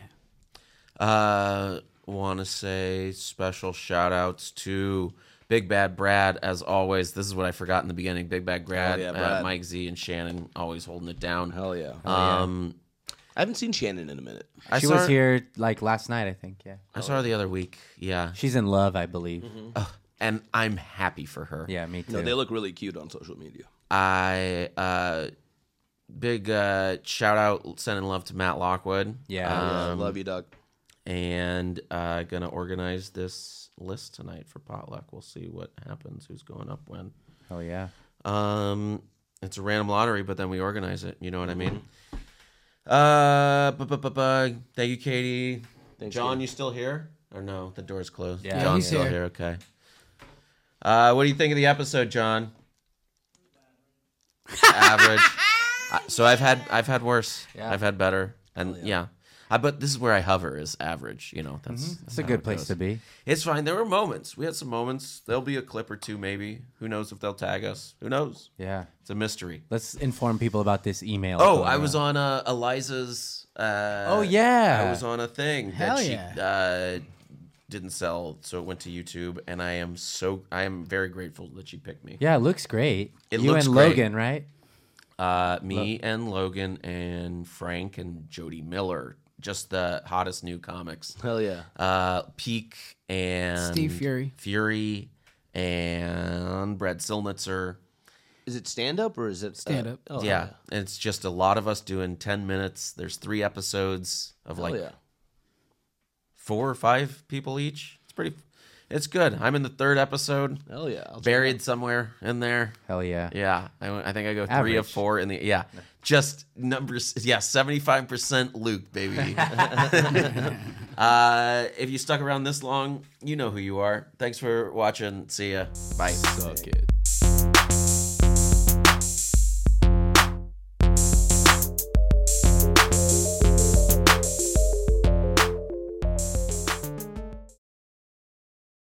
[SPEAKER 1] Uh, want to say special shout outs to Big Bad Brad, as always. This is what I forgot in the beginning. Big Bad Brad,
[SPEAKER 2] yeah,
[SPEAKER 1] uh,
[SPEAKER 2] Brad.
[SPEAKER 1] Mike Z, and Shannon always holding it down.
[SPEAKER 2] Hell yeah.
[SPEAKER 1] Um,
[SPEAKER 2] I haven't seen Shannon in a minute.
[SPEAKER 1] I
[SPEAKER 3] she
[SPEAKER 1] saw
[SPEAKER 3] was
[SPEAKER 1] her-
[SPEAKER 3] here like last night, I think. Yeah.
[SPEAKER 1] I saw her the other week. Yeah.
[SPEAKER 3] She's in love, I believe.
[SPEAKER 1] Mm-hmm. And I'm happy for her.
[SPEAKER 3] Yeah, me too.
[SPEAKER 2] No, they look really cute on social media.
[SPEAKER 1] I uh big uh shout out sending love to Matt Lockwood.
[SPEAKER 3] Yeah.
[SPEAKER 1] Uh,
[SPEAKER 2] Yeah, love you, Doug.
[SPEAKER 1] and uh gonna organize this list tonight for potluck. We'll see what happens, who's going up when.
[SPEAKER 3] Hell Oh, yeah.
[SPEAKER 1] Um it's a random lottery, but then we organize it, you know what I mean?
[SPEAKER 3] Mm-hmm.
[SPEAKER 1] Uh bu- bu- bu- bu- thank you, Katie. John, you still here? Or no, the door's closed.
[SPEAKER 3] Yeah,
[SPEAKER 1] John's
[SPEAKER 4] he's
[SPEAKER 1] still
[SPEAKER 4] here.
[SPEAKER 1] here, okay. Uh, what do you think of the episode, John? Average. Uh, so I've had I've had worse.
[SPEAKER 3] Yeah.
[SPEAKER 1] I've had better, and yeah. I, but this is where I hover is average. You know, that's
[SPEAKER 3] Mm-hmm. It's a good place to be.
[SPEAKER 1] It's fine. There were moments. We had some moments. There'll be a clip or two, maybe. Who knows if they'll tag us? Who knows?
[SPEAKER 3] Yeah.
[SPEAKER 1] It's a mystery.
[SPEAKER 3] Let's inform people about this email.
[SPEAKER 1] Oh,
[SPEAKER 3] going
[SPEAKER 1] I was
[SPEAKER 3] around.
[SPEAKER 1] on uh, Eliza's. Uh,
[SPEAKER 3] Oh, yeah.
[SPEAKER 1] I was on a thing
[SPEAKER 4] Hell
[SPEAKER 1] that she
[SPEAKER 4] yeah.
[SPEAKER 1] uh, didn't sell, so it went to YouTube, and I am so I am very grateful that she picked me.
[SPEAKER 3] Yeah, it looks great.
[SPEAKER 1] It
[SPEAKER 3] you
[SPEAKER 1] looks
[SPEAKER 3] and
[SPEAKER 1] great.
[SPEAKER 3] Logan, right?
[SPEAKER 1] Uh, me and Logan and Frank and Jody Miller, just the hottest new comics.
[SPEAKER 2] Hell yeah.
[SPEAKER 1] Uh, Peak and
[SPEAKER 4] Steve Fury.
[SPEAKER 1] Fury and Brad Silnitzer.
[SPEAKER 2] Is it stand up or is it
[SPEAKER 4] Stand up.
[SPEAKER 2] oh,
[SPEAKER 1] yeah, it's just a lot of us doing ten minutes. There's three episodes of
[SPEAKER 2] Hell
[SPEAKER 1] like
[SPEAKER 2] yeah.
[SPEAKER 1] four or five people each. It's pretty. It's good. I'm in the third episode,
[SPEAKER 2] Hell yeah. I'll check
[SPEAKER 1] buried somewhere in there.
[SPEAKER 3] Hell yeah.
[SPEAKER 1] Yeah, I, went- I think I go three of
[SPEAKER 3] Average.
[SPEAKER 1] four in the yeah. Just numbers, yeah, seventy five percent Luke, baby. uh, if you stuck around this long, you know who you are. Thanks for watching. See ya. Bye.
[SPEAKER 5] Suck it.